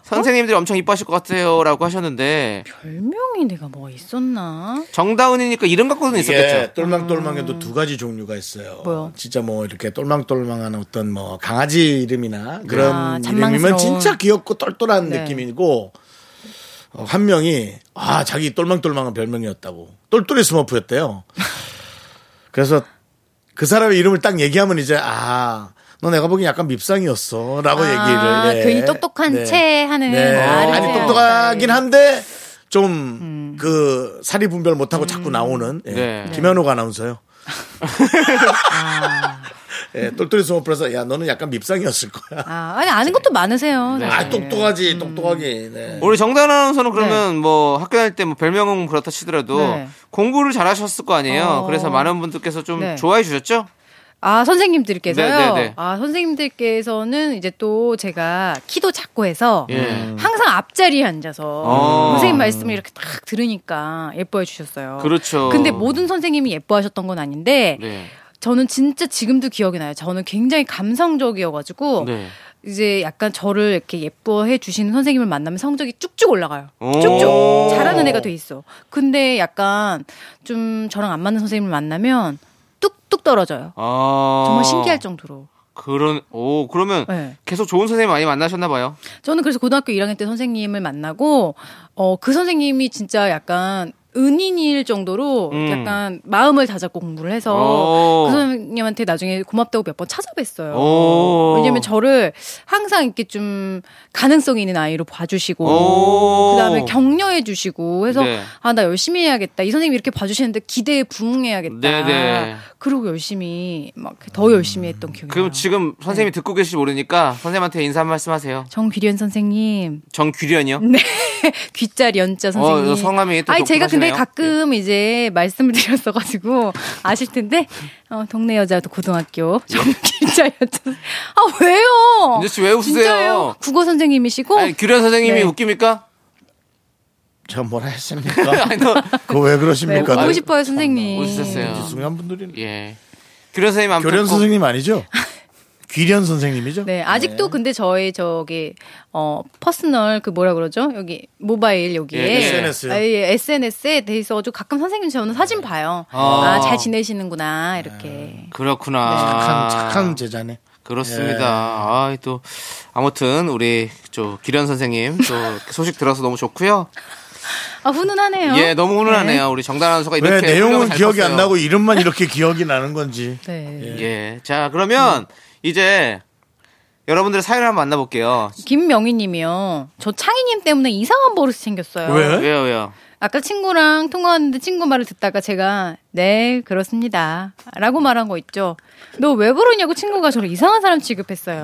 선생님들이 엄청 이뻐하실 것 같아요라고 하셨는데 별명이 내가 뭐 있었나? 정다운이니까 이름 갖고는 이게 있었겠죠. 똘망똘망에도 두 가지 종류가 있어요. 음. 뭐요? 진짜 뭐 이렇게 똘망똘망한 어떤 뭐 강아지 이름이나 그런 아, 이름이면 잔망스러운. 진짜 귀엽고 똘똘한 네. 느낌이고 어, 한 명이 아 자기 똘망똘망한 별명이었다고 똘똘이 (laughs) 스머프였대요. 그래서 그 사람의 이름을 딱 얘기하면 이제 아. 너 내가 보기엔 약간 밉상이었어라고 아, 얘기를 예. 괜히 똑똑한 채 하는 네. 말을 아니 해야 똑똑하긴 한다. 한데 좀 음. 그 사리 분별 못하고 자꾸 나오는 예. 네. 김현호가 아나운서요. 아. (laughs) 예, 똘똘이 소모프라서 야 너는 약간 밉상이었을 거야. 아, 아니 아는 것도 많으세요. 네. 아 사실. 똑똑하지 똑똑하게. 네. 우리 정단 아나운서는 그러면 뭐 학교 다닐 때 뭐 별명은 그렇다 치더라도 네. 공부를 잘하셨을 거 아니에요. 어. 그래서 많은 분들께서 좀 네. 좋아해 주셨죠? 아, 선생님들께서요. 네, 네, 네. 아, 선생님들께서는 이제 또 제가 키도 작고 해서 예. 항상 앞자리에 앉아서 아. 선생님 말씀을 이렇게 딱 들으니까 예뻐해 주셨어요. 그렇죠. 근데 모든 선생님이 예뻐하셨던 건 아닌데 네. 저는 진짜 지금도 기억이 나요. 저는 굉장히 감성적이어가지고 네. 이제 약간 저를 이렇게 예뻐해 주시는 선생님을 만나면 성적이 쭉쭉 올라가요. 오. 어. 쭉쭉 잘하는 애가 돼 있어. 근데 약간 좀 저랑 안 맞는 선생님을 만나면 뚝뚝 떨어져요. 아. 정말 신기할 정도로. 그런 오 그러면 네. 계속 좋은 선생님 많이 만나셨나 봐요. 저는 그래서 고등학교 1학년 때 선생님을 만나고 어 그 선생님이 진짜 약간 은인일 정도로 음. 약간 마음을 다잡고 공부를 오. 해서 그 선생님한테 나중에 고맙다고 몇 번 찾아뵀어요. 오. 왜냐면 저를 항상 이렇게 좀 가능성 있는 아이로 봐주시고 오. 그다음에 격려해 주시고 해서 네. 아 나 열심히 해야겠다 이 선생님이 이렇게 봐주시는데 기대에 부응해야겠다 네, 네. 그러고 열심히 막 더 열심히 했던 기억이 그럼 나요. 지금 네. 선생님이 듣고 계실지 모르니까 선생님한테 인사 한 말씀 하세요. 정비련 선생님 (laughs) 정규련이요? 네. 귀자리 연자 선생님. 어, 성함이 또 아니, 제가 근데 독특하시네요. 가끔 이제 말씀을 드렸어가지고 (laughs) 아실 텐데, 어, 동네 여자도 고등학교 (laughs) 정귀자 연자. 아, 왜요? 은재 네. 씨왜 웃으세요? 진짜예요. 국어 선생님이시고. 아니, 규련 선생님이 네. 웃깁니까? 저 뭐라 했습니까? (laughs) 아니, (laughs) 너, 그거 왜 네, 그러십니까? 보고 싶어요, 선생님. 웃으셨어요. 중요한 분들이 예. 규련 선생님 안 교련 뵙고 선생님 (laughs) 아니죠? 귀련 선생님이죠? 네, 아직도 근데 저의 저기 어 퍼스널 그 뭐라 그러죠? 여기 모바일 여기에 예, SNS 요? 아, 예, SNS에 대해서 좀 가끔 선생님 저는 사진 봐요. 아. 네. 아, 잘 지내시는구나. 이렇게. 그렇구나. 네, 착한 착한 제자네. 예. 그렇습니다. 아이, 또, 아무튼, 우리, 저, 기련 선생님, 또, 소식 들어서 너무 좋고요 아, 훈훈하네요. 예, 너무 훈훈하네요. 우리 정단 아나운서가 이렇게. 왜 훈련을 내용은 잘 기억이 안 봤어요. 나고 이름만 이렇게 기억이 나는 건지. 네. 예. 자, 음. 그러면, 이제, 여러분들의 사연을 한번 만나볼게요. 김명희님이요. 저 창희님 때문에 이상한 버릇이 생겼어요. 왜? 왜요, 왜요? 아까 친구랑 통화하는데 친구 말을 듣다가 제가 네, 그렇습니다. 라고 말한 거 있죠. 너 왜 그러냐고 친구가 저를 이상한 사람 취급했어요.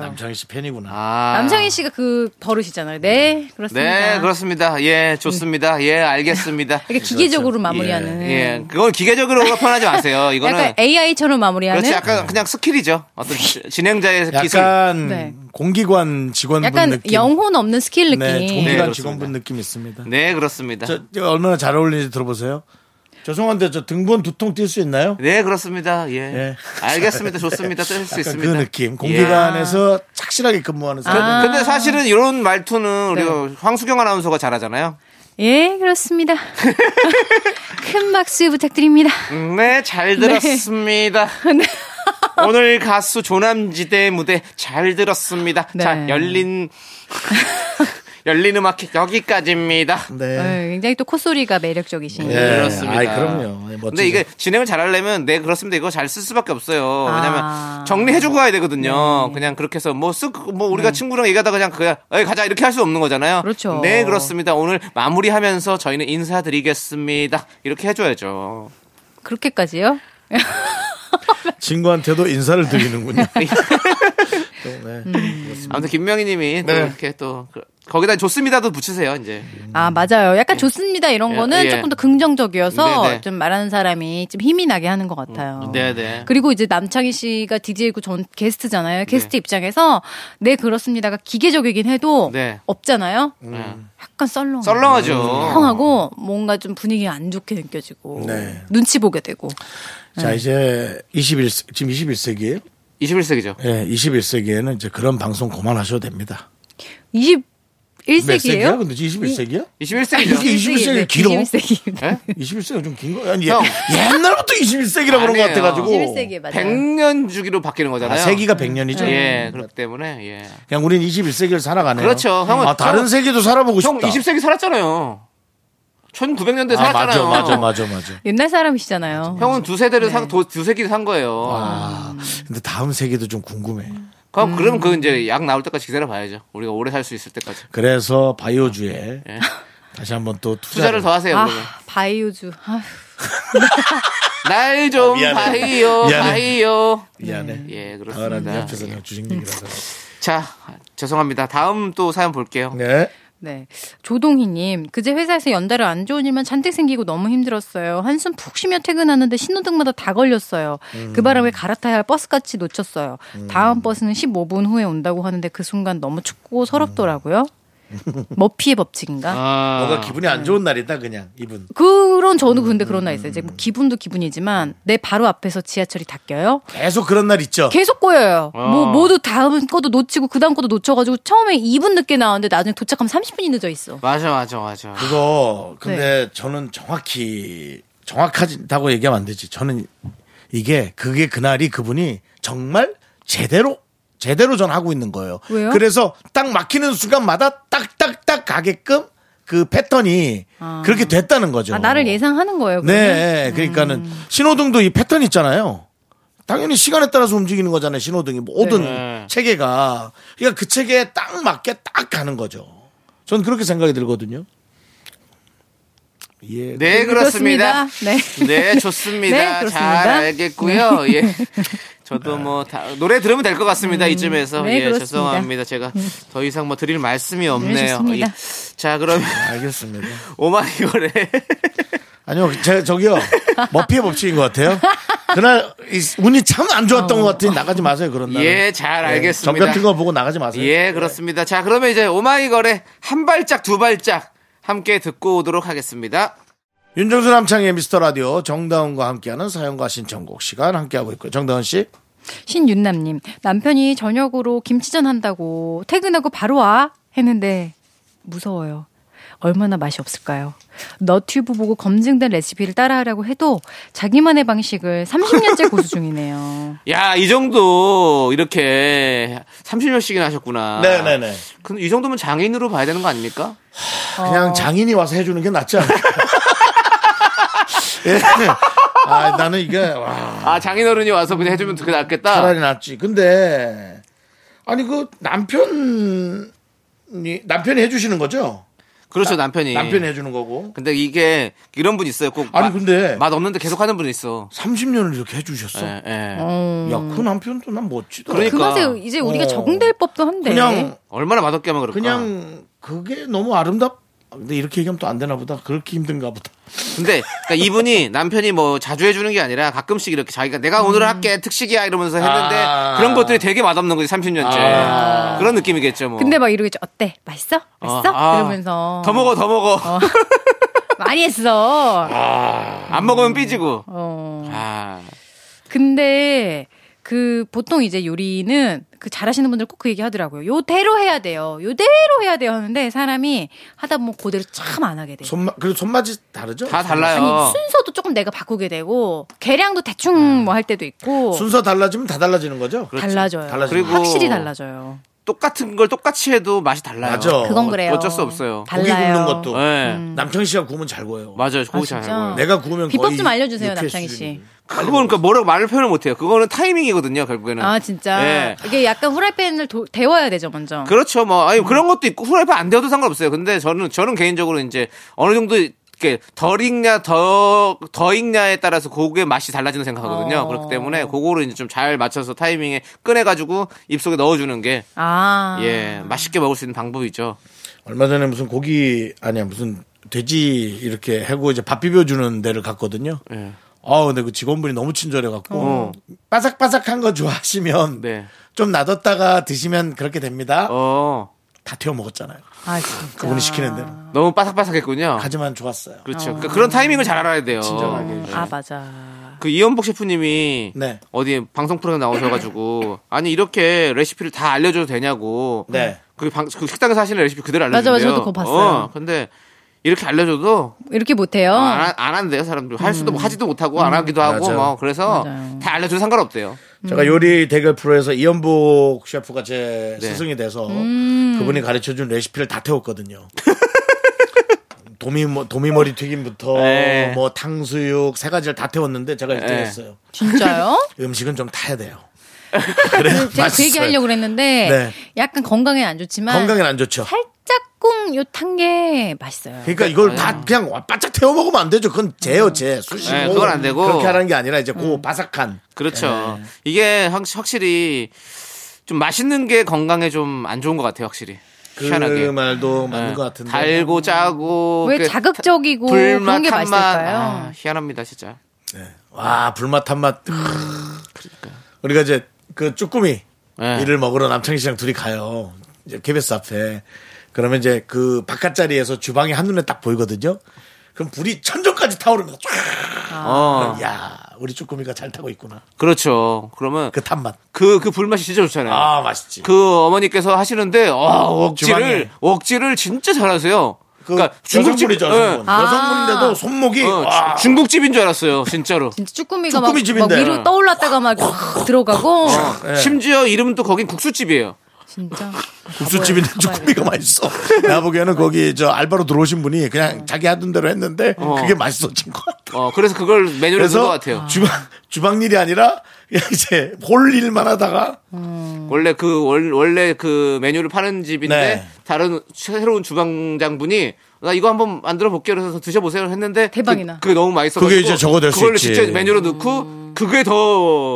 네. 남창희 씨 팬이구나. 아. 남창희 씨가 그 버릇이잖아요. 네, 그렇습니다. 네, 그렇습니다. 예, 좋습니다. 예, 알겠습니다. 이렇게 기계적으로 마무리하는. 그렇죠. 예, 그건 기계적으로 편하지 마세요. 이거는 약간 AI처럼 마무리하는. 그렇지 약간 그냥 스킬이죠. 어떤 지- 진행자의 음. 기술. 약간 네. 공기관 직원분 약간 느낌. 영혼 없는 스킬 느낌. 네, 공기관 네, 직원분 느낌 있습니다. 네, 그렇습니다. 저, 저 얼마나 잘 어울리는지 들어보세요. 죄송한데 저 등본 두통 뛸 수 있나요? 네, 그렇습니다. 예. 예. 알겠습니다. 좋습니다. 뜰 네, 수 약간 있습니다. 그, 그 느낌. 공기관에서 예. 착실하게 근무하는 아. 사람. 근데 사실은 이런 말투는 우리 가 황수경 아나운서가 잘하잖아요. 예, (laughs) 그렇습니다. 큰 박수 부탁드립니다. 네, 잘 들었습니다. (laughs) 오늘 가수 조남지대 무대 잘 들었습니다. 네. 자, 열린 (laughs) 열린 음악 여기까지입니다. 네. 어, 굉장히 또 콧소리가 매력적이신. 예. 네, 그렇습니다. 아이, 그럼요. 예, 멋지죠. 근데 이게 진행을 잘하려면 네 그렇습니다. 이거 잘 쓸 수밖에 없어요. 왜냐면 아. 네. 정리해주고 가야 되거든요. 그냥 그렇게 해서 뭐 쓱 뭐 우리가 친구랑 얘기하다가 그냥 그냥 에이, 가자 이렇게 할 수 없는 거잖아요. 그렇죠. 네 그렇습니다. 오늘 마무리하면서 저희는 인사드리겠습니다. 이렇게 해줘야죠. 그렇게까지요? 친구한테도 인사를 드리는군요. (laughs) 네. 아무튼 김명희님이 네. 또 이렇게 또 그- 거기다 좋습니다도 붙이세요 이제. 아, 맞아요. 약간 좋습니다. 이런 예, 거는 예. 조금 더 긍정적이어서 네, 네. 좀 말하는 사람이 좀 힘이 나게 하는 것 같아요. 네네. 그리고 이제 남창희 씨가 DJ고 전 게스트잖아요. 게스트 입장에서 네, 그렇습니다가 기계적이긴 해도 네. 없잖아요. 음. 약간 썰렁. 썰렁하죠. 하고 뭔가 좀 분위기 안 좋게 느껴지고 네. 눈치 보게 되고 자, 이제 21, 지금 21세기에요? 21세기죠. 예, 21세기에는 이제 그런 방송 그만하셔도 됩니다. 몇 세기야? 21세기예요? 근데 21세기야? 21세기죠. 이게 21세기 길어? 21세기. 예? 21세기가 좀 긴 거? 아니, 예, 형. 옛날부터 21세기라 그런 것 아니에요. 같아가지고. 21세기에 맞아요. 네. 100년 주기로 바뀌는 아, 거잖아요. 세기가 100년이죠? 예, 그렇기 때문에 예. 그냥 우린 21세기를 살아가네요. 그렇죠. 형은 아, 다른 형- 세계도 살아보고 형 싶다. 20세기 살았잖아요. 1900년대 아, 살았잖아요. 맞아, 맞아, 맞아, 맞아. 옛날 사람이시잖아요. 형은 두 세대를 상, 도- 두 세기를 산 거예요. 아, 근데 다음 세계도 좀 궁금해. 그럼, 그럼 그 이제 약 나올 때까지 기다려 봐야죠. 우리가 오래 살 수 있을 때까지. 그래서 바이오주에 예. 다시 한번 또 투자를 투자를, 더 하세요, 아, 그러면. 바이오주. 아휴. 날 좀 아, 미안해. 봐요, 미안해. 봐요. 미안해. 음. 예, 아, 더라는 그렇습니다. 옆에서 그냥 주식 얘기를 하다가. 자, 죄송합니다. 다음 또 사연 볼게요. 네. 네. 조동희님, 그제 회사에서 연달아 안 좋은 일만 잔뜩 생기고 너무 힘들었어요. 한숨 푹 쉬며 퇴근하는데 신호등마다 다 걸렸어요. 그 바람에 갈아타야 할 버스까지 놓쳤어요. 다음 버스는 15분 후에 온다고 하는데 그 순간 너무 춥고 서럽더라고요. 뭐 머피의 법칙인가? 아, 뭔가 기분이 안 좋은 날이다, 그냥, 이분. 그런 저도 근데 그런 날 있어요. 이제 뭐 기분도 기분이지만 내 바로 앞에서 지하철이 닦여요. 계속 그런 날 있죠? 계속 꼬여요. 어. 뭐 모두 다음 것도 놓치고 그 다음 것도 놓쳐가지고 처음에 2분 늦게 나왔는데 나중에 도착하면 30분이 늦어 있어. 맞아, 맞아, 맞아. 그거 네. 근데 저는 정확히 정확하다고 얘기하면 안 되지. 저는 이게 그게 그날이 그분이 정말 제대로 제대로 전 하고 있는 거예요. 왜요? 그래서 딱 막히는 순간마다 딱딱딱 가게끔 그 패턴이 그렇게 됐다는 거죠. 아 나를 예상하는 거예요. 그러면? 네, 그러니까는 신호등도 이 패턴 있잖아요. 당연히 시간에 따라서 움직이는 거잖아요. 신호등이 모든 네. 체계가 그러니까 그 체계에 딱 맞게 딱 가는 거죠. 저는 그렇게 생각이 들거든요. 예. 네, 그렇습니다. 네. 네, 좋습니다. 네, 그렇습니다. 네. 잘 알겠고요. 예. 저도 뭐 다- 노래 들으면 될 것 같습니다. 이쯤에서 네, 예, 그렇습니다. 음. 죄송합니다. 제가 더 이상 뭐 드릴 말씀이 네, 없네요. 좋습니다. 예. 자, 그럼 알겠습니다. (laughs) (laughs) 오마이걸의 아니요, 제, (laughs) 저기요. 머피의 법칙인 것 같아요. 그날 이 운이 참 안 좋았던 것 같으니 나가지 마세요. 그런 날. 예, 잘 점 알겠습니다. 같은 거 보고 나가지 마세요. 예, 그렇습니다. 자, 그러면 이제 오마이걸의 한 발짝 두 발짝 함께 듣고 오도록 하겠습니다. 윤정수 남창의 미스터 라디오 정다운과 함께하는 사연과 신청곡 시간 함께하고 있고요. 정다운 씨. (laughs) 신윤남님 남편이 저녁으로 김치전 한다고 퇴근하고 바로 와 했는데 무서워요. 얼마나 맛이 없을까요? 너튜브 보고 검증된 레시피를 따라하라고 해도 자기만의 (laughs) 방식을 30년째 고수 중이네요. 야, 이 정도 이렇게 30년씩이나 하셨구나. 네네네. 근데 이 정도면 장인으로 봐야 되는 거 아닙니까? 어. 그냥 장인이 와서 해주는 게 낫지 않을까. (laughs) 예. 아, 나는 이게, 와, 아 장인어른이 와서 그냥 해주면 그게 낫겠다. 차라리 낫지. 근데, 아니, 그 남편이, 남편이 해주시는 거죠? 그렇죠, 남편이. 남편이 해주는 거고. 근데 이게 이런 분 있어요. 꼭 아니, 마- 근데- 맛 없는데 계속 하는 분 있어. 30년을 이렇게 해주셨어. 예, 예. 야, 음. 그 남편도 난 멋지다. 그러니까. 그 맛에 이제 우리가 어. 적응될 법도 한데. 그냥, 얼마나 맛없게 하면 그럴까? 어. 그냥, 그게 너무 아름답. 근데 이렇게 얘기하면 또 안 되나 보다. 그렇게 힘든가 보다. 근데 그러니까 이분이 남편이 뭐 자주 해주는 게 아니라 가끔씩 이렇게 자기가 내가 오늘 할게 특식이야 이러면서 했는데 음. 아. 그런 것들이 되게 맛없는 거지 30년째 그런 느낌이겠죠 뭐. 근데 막 이러겠죠. 어때? 맛있어? 맛있어? 아, 아. 이러면서. 더 먹어 더 먹어 많이 (laughs) 했어. 아. 안 먹으면 삐지고 어. 아 근데 그 보통 이제 요리는 그 잘하시는 분들 꼭 그 얘기 하더라고요. 요대로 해야 돼요. 요대로 해야 돼요 하는데 사람이 하다 보면 그대로 참 안 하게 돼요. 손맛, 그리고 손맛이 다르죠? 다 달라요 아니 순서도 조금 내가 바꾸게 되고 계량도 대충 뭐 할 때도 있고 순서 달라지면 다 달라지는 거죠? 달라져요. 달라지고. 그리고 확실히 달라져요. 똑같은 걸 똑같이 해도 맛이 달라요 맞아. 그건 그래요. 어쩔 수 없어요 고기 달라요. 굽는 것도. 네. 남창희 씨가 구우면 잘 구워요. 맞아요 음. 아, 고기 잘 진짜. 먹어요 내가 구우면 비법 거의 좀 알려주세요, 육회 남창희 수준이에요. 씨. 그거는 그러니까 뭐라고 말을 표현을 못해요 그거는 타이밍이거든요 결국에는 아 진짜 예. 이게 약간 후라이팬을 도- 데워야 되죠 먼저. 그렇죠. 뭐 음. 아니 그런 것도 있고 후라이팬 안 되어도 상관없어요. 근데 저는 저는 개인적으로 이제 어느 정도 이렇게 덜 익냐 더, 더 익냐에 따라서 고기의 맛이 달라지는 생각하거든요. 어. 그렇기 때문에 그거를 이제 좀 잘 맞춰서 타이밍에 꺼내가지고 입속에 넣어주는 게 아 예, 맛있게 먹을 수 있는 방법이죠. 얼마 전에 무슨 고기 아니야 무슨 돼지 이렇게 해고 이제 밥 비벼주는 데를 갔거든요. 예. 어, 아 근데 그 직원분이 너무 친절해갖고 어. 바삭바삭한 거 좋아하시면 네. 좀 놔뒀다가 드시면 그렇게 됩니다. 어, 다 태워 먹었잖아요. 아, 진짜. 그분이 시키는 대로. 너무 바삭바삭했군요. 하지만 좋았어요. 그렇죠. 그러니까 그런 타이밍을 잘 알아야 돼요. 예. 아 맞아. 그 이연복 셰프님이 네. 어디 방송 프로그램 나오셔가지고 아니 이렇게 레시피를 다 알려줘도 되냐고. 네. 그, 방, 그 식당에서 하시는 레시피 그대로 맞아, 알려줘요. 맞아. 저도 그거 봤어요. 음. 어, 근데 이렇게 알려줘도 이렇게 못해요. 안, 하- 안 한대요 사람들. 할 수도 뭐 하지도 못하고 안 하기도 하고 맞아요. 뭐 그래서 음. 맞아요. 다 알려줘도 상관없대요. 음. 제가 요리 대결 프로에서 이연복 셰프가 제 네. 스승이 돼서 음. 그분이 가르쳐준 레시피를 다 (laughs) 태웠거든요. 도미 도미머리 튀김부터 네. 뭐 탕수육 세 가지를 다 태웠는데 제가 1등했어요. 진짜요? 음식은 좀 타야 (laughs) 돼요. 그래요. 제가 그 얘기 하려고 그랬는데 네. 약간 건강에 안 좋지만 건강엔 안 좋죠. 살짝 꿍 요탄게 맛있어요. 그러니까 이걸 다 그냥 와, 바짝 태워 먹으면 안 되죠. 그건 재요, 재. 수시고. 음. 네, 그건 안 되고. 그렇게 하는 게 아니라 이제 음. 고 바삭한. 네. 그렇죠. 이게 확, 실히좀 맛있는 게 건강에 좀 안 좋은 것 같아요 확실히. 그 희한하게. 말도 맞는 네. 것 같은데. 달고 짜고 뭐 왜 그 자극적이고 불맛, 그런 게 탄맛. 맛있을까요? 아, 희한합니다 진짜. 와, 불맛 한 맛. 음, 그러니까. 우리가 이제 그 쭈꾸미 네. 이를 먹으러 남창희 씨랑 둘이 가요. 이제 KBS 앞에. 그러면 이제 그 바깥 자리에서 주방이 한눈에 딱 보이거든요. 그럼 불이 천정까지 타오르는 거. 어, 야, 우리 쭈꾸미가 잘 타고 있구나. 그렇죠. 그러면 그 탄맛. 그 그 불맛이 진짜 좋잖아요. 아, 맛있지. 그 어머니께서 하시는데 와, 주방에. 억지를 억지를 진짜 잘하세요. 그 그러니까 중국집 여성분이죠, 예. 여성분. 여성분인데도 손목이 어, 와, 주- 중국집인 줄 알았어요, 진짜로. 진짜 쭈꾸미가 막, 쭈꾸미집인데. 막 위로 떠올랐다가 막 들어가고 어, 심지어 이름도 거긴 국수집이에요. 진짜 아, 국수집인데 어. 가봐야 쭈꾸미가 맛있어. 내가 보기에는 거기 저 알바로 들어오신 분이 그냥 자기 하던 대로 했는데 그게 맛있어진 것 같아. 어, 그래서 그걸 메뉴로 쓴것 그래서 음. 같아요. 주방 주방 일이 아니라 그냥 이제 홀 일만 하다가 음. 원래 그 월- 원래 그 메뉴를 파는 집인데 네. 다른 새로운 주방장 분이 나 이거 한번 만들어 볼게요. 그래서 드셔보세요. 했는데 대박이나. 그, 게 너무 맛있어. 그게 이제 저거 될수 그걸 있지. 직접 메뉴로 음. 넣고 그게 더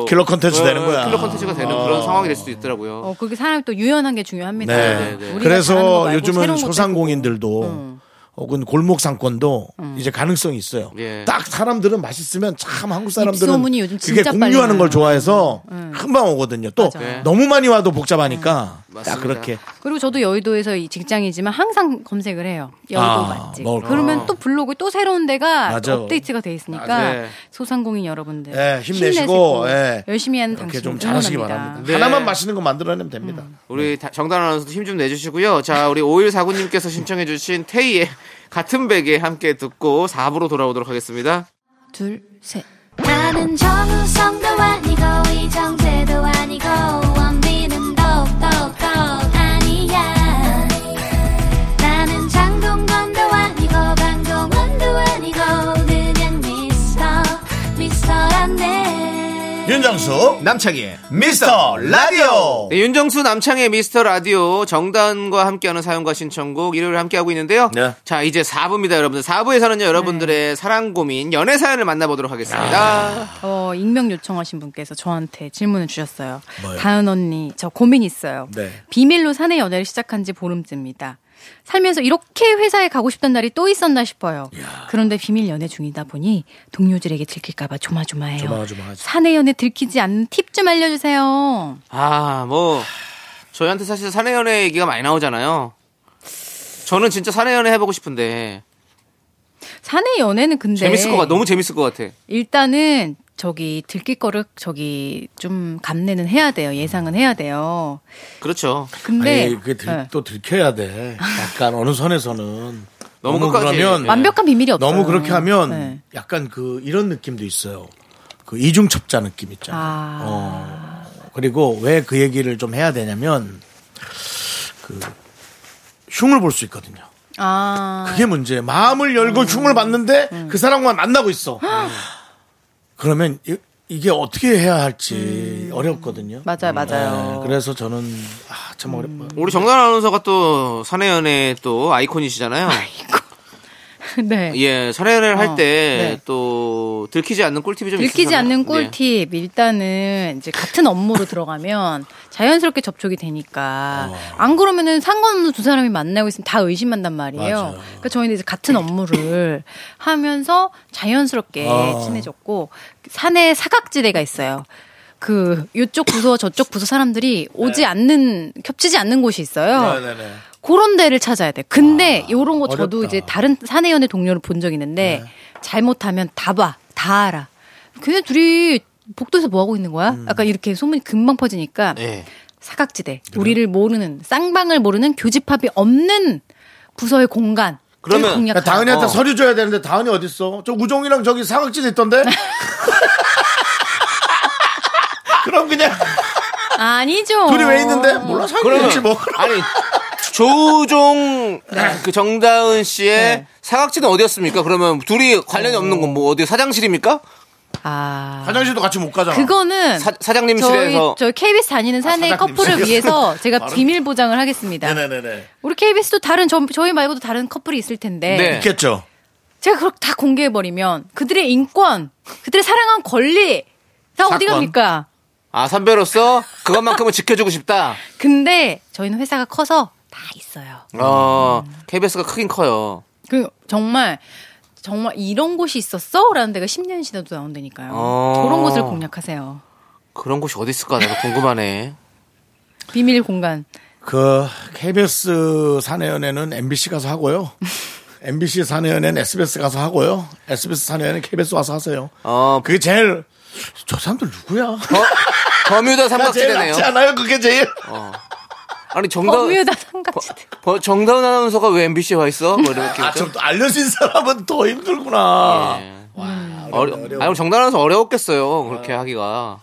어, 킬러 컨텐츠 되는 거야. 어. 킬러 컨텐츠가 되는 그런 상황이 될 수도 있더라고요. 어 그게 사람이 또 유연한 게 중요합니다. 네. 네, 네. 우리가 잘하는 거 그래서 말고 요즘은 새로운 것도 음. 소상공인들도 혹은 골목 상권도 이제 가능성이 있어요. 음. 예. 딱 사람들은 맛있으면 참 한국 사람들은 입소문이 요즘 그게 진짜 공유하는 빨리 걸 나요. 음. 좋아해서 금방 오거든요. 또 네. 맞아요. 너무 많이 와도 복잡하니까 딱 음. 맞습니다. 그렇게 그리고 저도 여의도에서 이 직장이지만 항상 검색을 해요. 여의도 아, 맛집. 먹을 거. 그러면 또 블로그 또 새로운 데가 맞아. 업데이트가 돼 있으니까 아, 네. 소상공인 여러분들 예, 힘내시고 힘내시고 예. 열심히 하는 이렇게 당신 좀 잘하시기 바랍니다. 네. 하나만 맛있는 거 만들어내면 됩니다. 음. 우리 다- 정단 아나운서도 힘 좀 내주시고요. 자, 우리 5149님께서 신청해주신 (laughs) 테이의 같은 베개 함께 듣고 4부로 돌아오도록 하겠습니다. 둘, 셋. 나는 정우성도 아니고 이정재도 아니고 원빈은 더욱더 아니야 나는 장동건도 아니고 강동원도 아니고 그냥 미스터 미스터란데 윤정수 남창희의 미스터 라디오 네, 윤정수 남창의 미스터 라디오 정단과 함께하는 사연과 신청곡 일요일 함께하고 있는데요. 네. 자 이제 4부입니다 여러분들. 4부에서는요 네. 여러분들의 사랑 고민 연애 사연을 만나보도록 하겠습니다. 어, 익명 요청하신 분께서 저한테 질문을 주셨어요. 다은 언니, 저 고민 있어요. 네. 비밀로 사내 연애를 시작한 지 보름쯤입니다. 살면서 이렇게 회사에 가고 싶던 날이 또 있었나 싶어요. 그런데 비밀 연애 중이다 보니 동료들에게 들킬까봐 조마조마해요. 조마조마하죠. 사내 연애 들키지 않는 팁 좀 알려주세요. 아 뭐 저희한테 사실 사내 연애 얘기가 많이 나오잖아요. 저는 진짜 사내 연애 해보고 싶은데 네. 사내 연애는 근데 재밌을 것 같아. 너무 재밌을 것 같아. 일단은 저기 들킬 거를 저기 좀 감내는 해야 돼요. 예상은 해야 돼요. 그렇죠. 근데 아니, 그게 들- 네. 또 들켜야 돼. 약간 어느 선에서는 (laughs) 너무 너무, 끝까지. 그러면 네. 완벽한 비밀이 없어요. 너무 그렇게 하면 네. 약간 그 이런 느낌도 있어요. 그 이중첩자 느낌 있잖아. 요 아. 그리고 왜 그 얘기를 좀 해야 되냐면 그 흉을 볼 수 있거든요. 아. 음. 그게 문제예요. 마음을 열고 흉을 봤는데 그 사람과 만나고 있어. 아. 음. 그러면 이, 게 어떻게 해야 할지 어렵거든요. 음. 맞아요, 맞아요. 음. 네, 그래서 저는 아, 참 어렵다. 우리 정단 아나운서가 또 사내 연애 또 아이콘이시잖아요. 네. 예, 사내 연애를 어, 할 때 또 들키지 않는 꿀팁이 좀 들키지 있으세요? 않는 예. 네. 꿀팁 일단은 이제 같은 업무로 들어가면 자연스럽게 접촉이 어. 되니까 안 그러면은 상관없는 두 사람이 만나고 있으면 다 의심한단 말이에요. 맞아요. 그러니까 저희는 이제 같은 업무를 하면서 자연스럽게 어. 친해졌고 산에 사각지대가 있어요. 그 요쪽 부서 저쪽 부서 사람들이 오지 않는 겹치지 않는 곳이 있어요. 네. 네네네. 그런 데를 찾아야 돼. 근데 요런 거 저도 어렵다. 네. 이제 다른 사내 연애 동료를 본 적 있는데 잘못하면 다 봐. 다 알아. 걔네 둘이 복도에서 뭐 하고 있는 음. 거야? 약간 이렇게 소문이 금방 퍼지니까 네. 예. 사각지대. 우리를 모르는 쌍방을 모르는 교집합이 없는 부서의 공간. 그러면 야, 다은이한테 어. 서류 줘야 되는데 다은이 어딨어? 저 우종이랑 저기 사각지대 있던데? (laughs) 그럼 그냥 아니죠. 둘이 왜 있는데? 몰라 사각지대 뭐 어. 그럼. 아니 조종 그 정다은 씨의 네. 사각지는 어디였습니까? 그러면 둘이 관련이 없는 건 뭐 어디 사장실입니까? 아. 화장실도 같이 못 가잖아. 그거는 사, 사장님실에서 저희 저 KBS 아, 다니는 사내 커플을 위해서 제가 비밀 보장을 하겠습니다. 네네네네. 우리 KBS도 다른 저, 저희 말고도 다른 커플이 있을 텐데 네. 있겠죠. 제가 그렇게 다 공개해 버리면 그들의 인권, 그들의 사랑한 권리 다 어디 사건. 갑니까? 아 선배로서 그것만큼은 지켜주고 싶다. 근데 저희는 회사가 커서 다 있어요. 음. 어 KBS가 크긴 커요. 그 정말 정말 이런 곳이 있었어라는 데가 10년 지나도 나온다니까요. 어. 그런 곳을 공략하세요. 그런 곳이 어디 있을까? 나도 궁금하네. 비밀 공간. 그 KBS 사내연애는 MBC 가서 하고요. MBC 사내연애는 SBS 가서 하고요. SBS 사내연애는 KBS 와서 하세요. 어 그게 제일 저 사람들 누구야? 버, 나 버뮤다 제일 어? 삼각지대네요. 낫지 않아요? 그게 제일 아니 정다은 범유다 삼각지대. 버- 정다은 아나운서가 왜 MBC에 와 있어? 뭐 이렇게 아, 좀 알려진 사람은 더 힘들구나. 네. 어려, 아니 정다은 아나운서 어려웠겠어요. 그렇게 하기가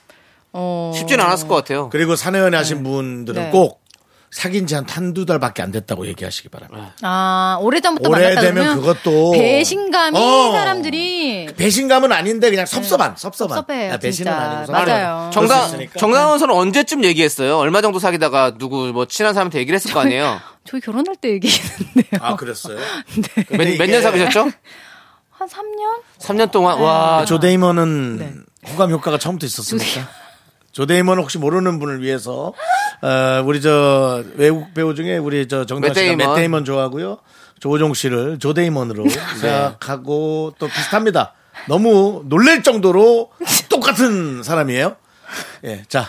어. 쉽진 않았을 것 같아요. 그리고 사내연애 하신 분들은 네. 꼭 사귄 지 한 한 두 달밖에 안 됐다고 얘기하시기 네. 바랍니다. 아, 오래전부터 만났다 오래되면 그러면 그것도- 배신감이 어. 사람들이 배신감은 아닌데 그냥 섭섭한, 섭섭한. 네. 섭섭해요, 야, 배신은 진짜. 아니고 맞아요. 섭섭한. 그럴 수 정다 있으니까. 네. 정다은 아나운서는 언제쯤 얘기했어요? 얼마 정도 사귀다가 누구 뭐 친한 사람한테 얘기를 했을 거 (laughs) 아니에요? 저희 결혼할 때 얘기했는데요. (laughs) 네. 아 그랬어요. 몇 년 사귀셨죠? 한 3년? 3년 동안 네. 와 조데이먼은 네. 호감 효과가 처음부터 (laughs) 있었습니까? 조데이먼 혹시 모르는 분을 위해서 어, 우리 저 외국 배우 중에 우리 저 정당 씨가 맷데이먼. 맷데이먼 좋아하고요. 조호종 씨를 (laughs) 조데이먼으로 네. 생각하고 또 비슷합니다. 너무 놀랄 정도로 똑같은 사람이에요. 예, 자,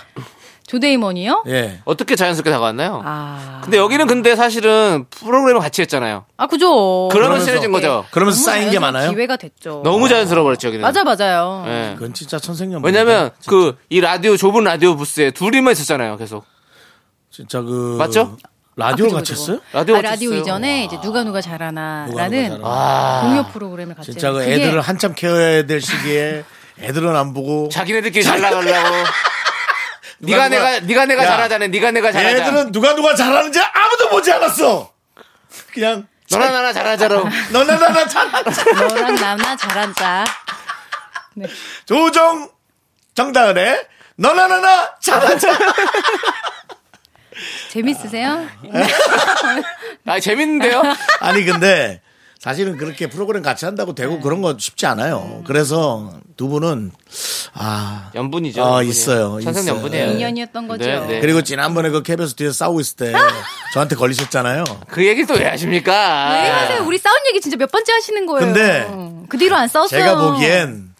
조데이먼이요? 예. 어떻게 자연스럽게 다가왔나요? 아. 근데 여기는 근데 사실은 프로그램을 같이 했잖아요. 어. 아, 그죠. 그러면 그러면서- 친해진 거죠. 그러면서 너무 쌓인 게 자연스러운 많아요. 기회가 됐죠. 너무 자연스러워 버렸죠, 여기는. 맞아 맞아요. 예. 그건 진짜 천생연분. 왜냐면 그러니까 그 이 라디오 좁은 라디오 부스에 둘이만 있었잖아요, 계속. 진짜 그 맞죠? 라디오 아, 그죠, 같이 그죠. 했어요? 라디오 아, 라디오 어땠어요? 이전에 이제 누가 누가 잘하나라는 누가 공유 프로그램을 같이 진짜 그 했는데 네. 그게 애들을 한참 케어해야 될 시기에 애들은 안 보고 자기네들끼리 잘 나가려고. (laughs) 누가 네가 내가 네가 내가 야, 잘하자네. 네가 내가 잘하자. 얘들은 누가 누가 잘하는지 아무도 보지 않았어. 그냥 너나 나나 (laughs) 잘하자로. 너나 나나 잘하자. 너랑 나나 잘한다. 조정 정다은의 너나나나 잘하자. 재밌으세요? (laughs) 아 재밌는데요? 아니 근데 사실은 그렇게 프로그램 같이 한다고 되고 네. 그런 건 쉽지 않아요. 그래서 두 분은 아 연분이죠. 아, 연분이에요. 있어요. 천생 있어요. 연분이에요. 인연이었던 거죠. 네, 네. 그리고 지난번에 그 KBS 뒤에서 싸우고 있을 때 저한테 걸리셨잖아요. 그 얘기를 또 왜 하십니까? 아, 왜 하세요? 우리 싸운 얘기 진짜 몇 번째 하시는 거예요? 예. 근데 어. 그 뒤로 안 싸웠어요. 제가 보기엔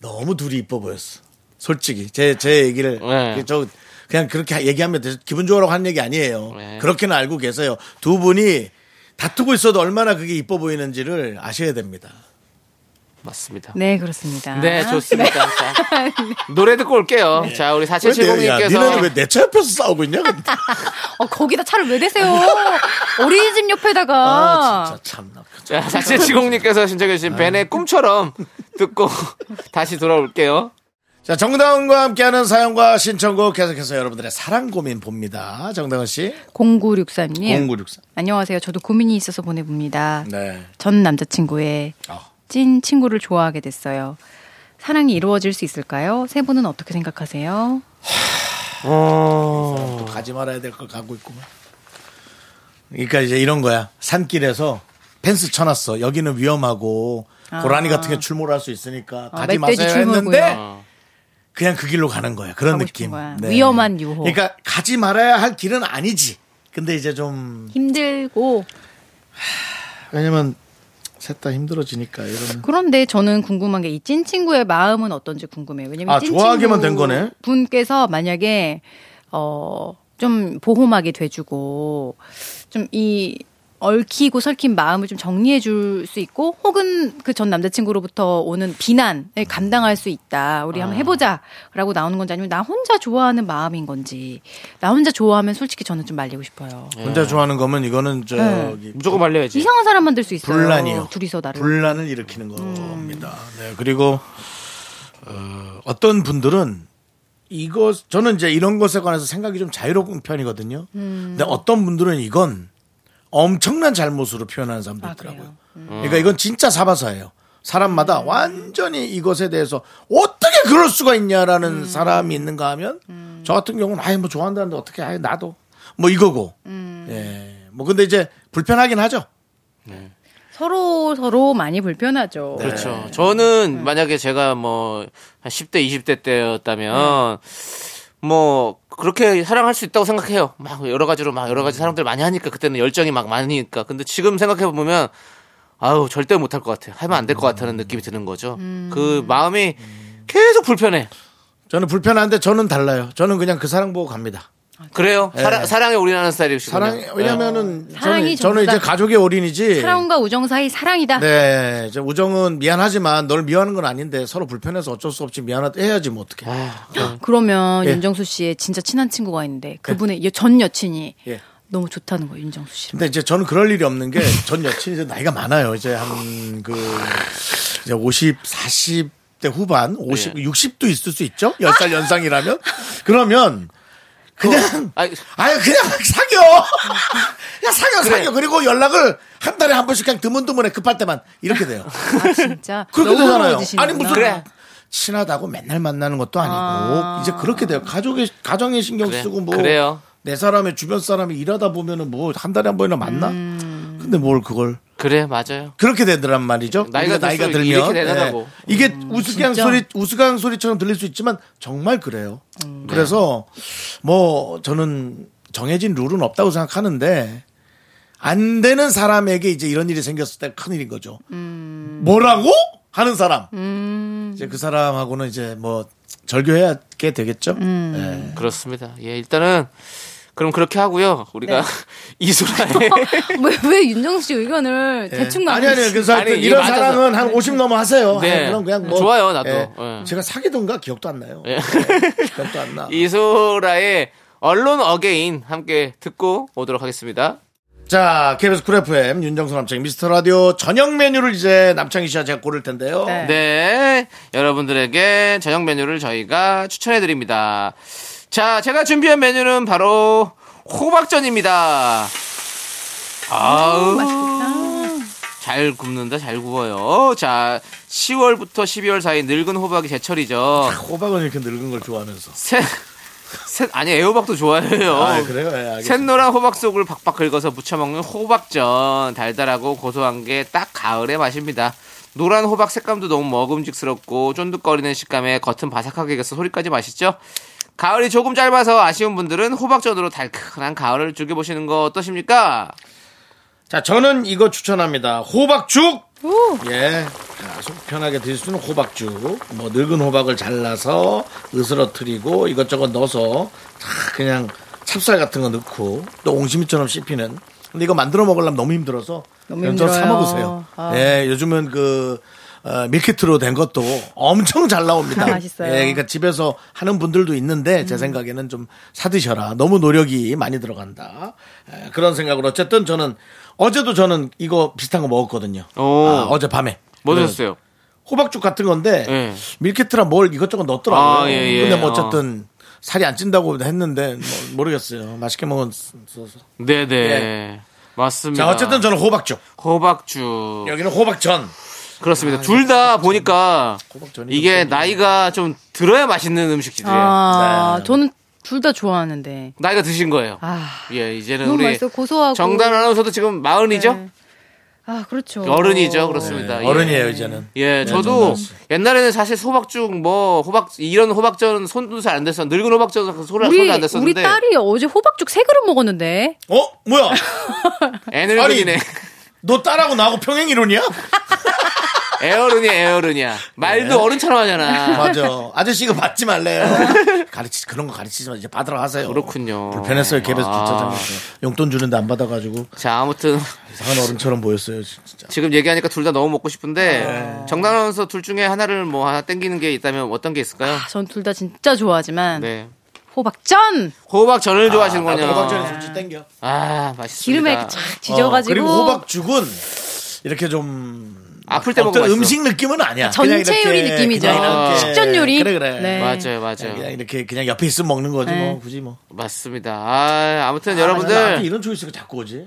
너무 둘이 이뻐 보였어. 솔직히 제 제 얘기를 네. 저 그냥 그렇게 얘기하면 돼서 기분 좋으라고 하는 얘기 아니에요. 네. 그렇게는 알고 계세요. 두 분이 다투고 있어도 얼마나 그게 이뻐 보이는지를 아셔야 됩니다. 맞습니다. 네, 그렇습니다. 네, 좋습니다. 자, 노래 듣고 올게요. 자, 우리 네. 왜 내- 야, 4770님께서 니네는 왜 내 차 옆에서 싸우고 있냐? 근데. 어, 거기다 차를 왜 (laughs) 대세요? 어린이집 옆에다가. 아, 진짜 참나. 자, 4770님께서 신청해 아. 주신 벤의 꿈처럼 듣고 (laughs) 다시 돌아올게요. 자, 정다운과 함께하는 사연과 신청곡 계속해서 여러분들의 사랑 고민 봅니다. 정다운 씨, 예. 0963님. 0964. 안녕하세요. 저도 고민이 있어서 보내봅니다. 네. 아. 전 남자친구의 찐 친구를 좋아하게 됐어요. 사랑이 이루어질 수 있을까요? 세 분은 어떻게 생각하세요? 어. 또 가지 말아야 될 걸 가고 있구만. 그러니까 이제 이런 거야. 산길에서 펜스 쳐놨어. 여기는 위험하고 고라니 같은 게 출몰할 수 있으니까 가지 아. 어, 멧돼지 마세요 출몰구요. 어. 했는데 그냥 그 길로 가는 거야. 그런 가고 느낌. 싶은 네. 거야. 위험한 유혹. 그러니까 가지 말아야 할 길은 아니지. 근데 이제 좀 힘들고. 왜냐면 셋 다 힘들어지니까 이러면 그런데 저는 궁금한 게 이 찐 친구의 마음은 어떤지 궁금해요. 왜냐면 아, 찐 좋아하게만 친구 된 거네. 분께서 만약에 어 좀 보호막이 돼주고 좀 이 얽히고 설킨 마음을 좀 정리해 줄 수 있고 혹은 그 전 남자친구로부터 오는 비난을 감당할 수 있다. 아. 우리 한번 해보자라고 나오는 건지 아니면 나 혼자 좋아하는 마음인 건지 나 혼자 좋아하면 솔직히 저는 좀 말리고 싶어요. 혼자 좋아하는 거면 이거는 네. 저기 무조건 말려야지. 이상한 사람 만들 수 있어요. 분란이요. 둘이서 음. 나를. 분란을 일으키는 겁니다. 네, 그리고 어, 어떤 분들은 이거 저는 이제 이런 것에 관해서 생각이 좀 자유로운 편이거든요. 음. 근데 어떤 분들은 이건 엄청난 잘못으로 표현하는 사람도 아, 있더라고요. 음. 그러니까 이건 진짜 사바사예요. 사람마다 완전히 이것에 대해서 어떻게 그럴 수가 음. 있냐라는 사람이 있는가 하면 저 같은 경우는 아예 뭐 좋아한다는데 어떻게 아예 나도 뭐 이거고 음. 예. 뭐 근데 이제 불편하긴 하죠. 서로 서로 많이 불편하죠. 네. 그렇죠. 저는 만약에 제가 뭐, 한 10대, 20대 때였다면, 네. 뭐, 그렇게 사랑할 수 있다고 생각해요. 막 여러 가지로 막 음. 여러 가지 사람들 많이 하니까 그때는 열정이 막 많으니까. 근데 지금 생각해보면, 아우, 절대 못할 것 같아요. 하면 안 될 것 음. 같다는 느낌이 드는 거죠. 그 마음이 계속 불편해. 저는 불편한데 저는 달라요. 저는 그냥 그 사랑 보고 갑니다. 그래요? 사랑, 사랑에 올인하는 스타일이시군요. 예. 사랑 왜냐면은 저는, 사랑이 저는 전부다. 이제 가족의 어린이지. 사랑과 우정 사이 사랑이다. 네, 저 우정은 미안하지만 널 미워하는 건 아닌데 서로 불편해서 어쩔 수 없이 미안하다 해야지 뭐 어떻게. 예. 아, 그러면 예. 윤정수 씨의 진짜 친한 친구가 있는데 그분의 여- 전 여친이 예. 너무 좋다는 거예요, (laughs) 윤정수 씨. 근데 이제 저는 그럴 일이 없는 (laughs) 게 전 여친이 이제 나이가 많아요. 이제 한 그 이제 50, 40. 대 후반 50, 예. 60도 있을 수 있죠. (laughs) 10살 연상이라면 그러면 그냥 아니, 아유 그냥 (laughs) 사겨 음. 야 사겨 그래. 사겨 그리고 연락을 한 달에 한 번씩 그냥 드문드문해 급할 때만 이렇게 (laughs) 돼요 아, 진짜. 그렇게 너무 되잖아요. 멀어지시는구나. 아니 무슨 그래. 친하다고 맨날 만나는 것도 아니고 아. 이제 그렇게 돼요. 가족의 가정에 신경 그래. 쓰고 뭐 내 그래요. 사람의 주변 사람이 일하다 보면은 뭐 한 달에 한 번이나 만나. 음. 근데 뭘 그걸 그래, 맞아요. 그렇게 되더란 말이죠. 그렇죠. 나이가 우리가 나이가 들수록 들면 이렇게 되더라고. 예. 이게 우스꽝 음, 진짜. 음. 소리 우스꽝 소리처럼 들릴 수 있지만 정말 그래요. 그래서 뭐 저는 정해진 룰은 없다고 생각하는데 안 되는 사람에게 이제 이런 일이 생겼을 때 큰 일인 거죠. 음. 뭐라고 하는 사람 이제 그 사람하고는 이제 뭐 절교해야 게 되겠죠. 음. 예. 그렇습니다. 예, 일단은, 그럼 그렇게 하고요. 우리가 (laughs) 이소라의 (laughs) 왜, 왜 윤정수 씨 의견을 대충 예. 아니 말하는 아니 그래서 하여튼 아니, 이게 이런 맞아서. 사랑은 한 50 넘어 하세요. 네. 아니, 그럼 그냥 뭐 좋아요, 나도. 예. 예. 제가 사귀던가 기억도 안 나요. 예. 예. 기억도 안 나. 이소라의 언론 어게인 함께 듣고 오도록 하겠습니다. 자, KBS 쿨 FM 윤정수 남창희 미스터 라디오 저녁 메뉴를 이제 남창희 씨가 제가 고를 텐데요. 네. 네. 여러분들에게 저녁 메뉴를 저희가 추천해 드립니다. 자, 제가 준비한 메뉴는 바로 호박전입니다. 아우. 잘 굽는다, 잘 구워요. 자, 10월부터 12월 사이 늙은 호박이 아, 제철이죠. 호박은 이렇게 늙은 걸 좋아하면서. 새, 새, 아니, 애호박도 좋아해요. 아, 그래요? 예, 알겠습니다. 샛노란 호박 속을 박박 긁어서 무쳐먹는 호박전. 달달하고 고소한 게 딱 가을의 맛입니다. 노란 호박 색감도 너무 먹음직스럽고 쫀득거리는 식감에 겉은 바삭하게 익어서 소리까지 맛있죠? 가을이 조금 짧아서 아쉬운 분들은 호박전으로 달큰한 가을을 즐겨보시는 거 어떠십니까? 자, 저는 이거 추천합니다. 호박죽! 예. 자, 속 편하게 드실 수는 호박죽. 뭐, 늙은 호박을 잘라서 으스러뜨리고 이것저것 넣어서 다 그냥 찹쌀 같은 거 넣고 또 옹심이처럼 씹히는. 근데 이거 만들어 먹으려면 너무 힘들어서 너무 그냥 저사 힘들어요. 먹으세요. 아. 예, 요즘은 그, 어, 밀키트로 된 것도 엄청 잘 나옵니다. (laughs) 맛있어요. 예, 그러니까 집에서 하는 분들도 있는데 음. 제 생각에는 좀 사드셔라. 너무 노력이 많이 들어간다. 에, 그런 생각으로 어쨌든 저는 어제도 저는 이거 비슷한 거 먹었거든요. 오. 아, 어제 밤에. 뭐 그래서 드셨어요? 호박죽 같은 건데 예. 밀키트랑 뭘 이것저것 넣었더라고요. 아, 예, 예. 근데 뭐 어쨌든 살이 안 찐다고 했는데 뭐 모르겠어요. 맛있게 먹었어서. 네네. 예. 맞습니다. 자, 어쨌든 저는 호박죽. 호박죽. 여기는 호박전. 그렇습니다. 둘 다 보니까 호박전이 이게 나이가 좀 들어야 맛있는 음식들이에요. 아, 네. 저는 둘 다 좋아하는데. 나이가 드신 거예요. 아, 예, 이제는 너무 우리 맛있어 고소하고. 정단 아나운서도 지금 마흔이죠? 네. 아, 그렇죠. 어른이죠. 그렇습니다. 예. 네. 어른이에요, 이제는. 네, 예, 저도 옛날에는 사실 소박죽 뭐 호박 이런 호박전 손도 잘 안 됐어. 늙은 호박전 그 손을 손도 우리, 안 우리 됐었는데 딸이 어제 호박죽 세 그릇 먹었는데. 어? (laughs) 뭐야? 애늙은이네. 아니. 너 딸하고 나하고 평행이론이야? (laughs) 애어른이야, 애어른이야. 네. 말도 어른처럼 하잖아. 맞아. 아저씨가 받지 말래요. 가르치 그런 거 가르치지 마. 이제 받으러 하세요. 그렇군요. 불편했어요. 개별 아. 주차장에서 용돈 주는데 안 받아가지고 (laughs) 자, 아무튼 이상한 어른처럼 보였어요. 진짜. 지금 얘기하니까 둘 다 너무 먹고 싶은데 네. 정단 아나운서 둘 중에 하나를 뭐 하나 땡기는 게 있다면 어떤 게 있을까요? 아, 전 둘 다 진짜 좋아하지만. 네. 호박전! 호박전을 좋아하시는군요. 호박전이 솔직히 땡겨. 아, 맛있습니다. 기름에 착 지져가지고. 어, 그리고 호박죽은 이렇게 좀 아플 때 먹으면 어떤 맛있어. 음식 느낌은 아니야. 전체 그냥 요리 느낌이죠. 그냥 이렇게- 식전 요리. 그래 그래. 네. 맞아요, 맞아요. 그냥 이렇게 그냥 옆에 있으면 먹는 거지 네. 뭐 굳이 뭐. 맞습니다. 아, 아무튼 아, 나한테 여러분들 이런 초이스가 자꾸 오지.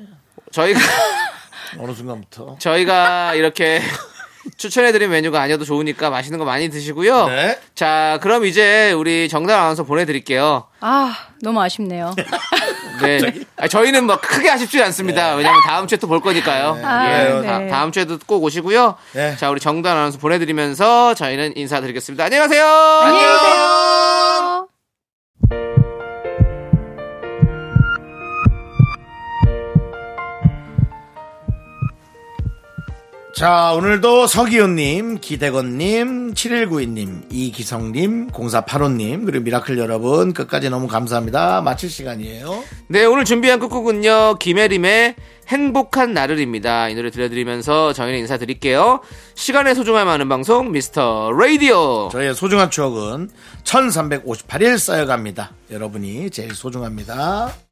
저희가 (laughs) 어느 순간부터. 저희가 이렇게 추천해드린 메뉴가 아니어도 좋으니까 맛있는 거 많이 드시고요. 네. 자, 그럼 이제 우리 정답 아나운서 보내드릴게요. 아, 너무 (laughs) 아쉽네요. 예. 네. 아, 저희는 막 크게 아쉽지 않습니다. 네. 왜냐면 다음 주에 또 볼 거니까요. 아, 예, 다, 네. 다음 주에도 꼭 오시고요. 네. 자, 우리 정답 아나운서 보내드리면서 저희는 인사드리겠습니다. 안녕히 가세요. 안녕히 계세요. 자, 오늘도 서기훈님, 기대건님, 7192님, 이기성님, 0485님, 그리고 미라클 여러분, 끝까지 너무 감사합니다. 마칠 시간이에요. 네, 오늘 준비한 끝곡은요, 김혜림의 행복한 나를입니다. 이 노래 들려드리면서 저희는 인사드릴게요. 시간의 소중함 아는 방송, 미스터 라디오. 저희의 소중한 추억은 1358일 쌓여갑니다. 여러분이 제일 소중합니다.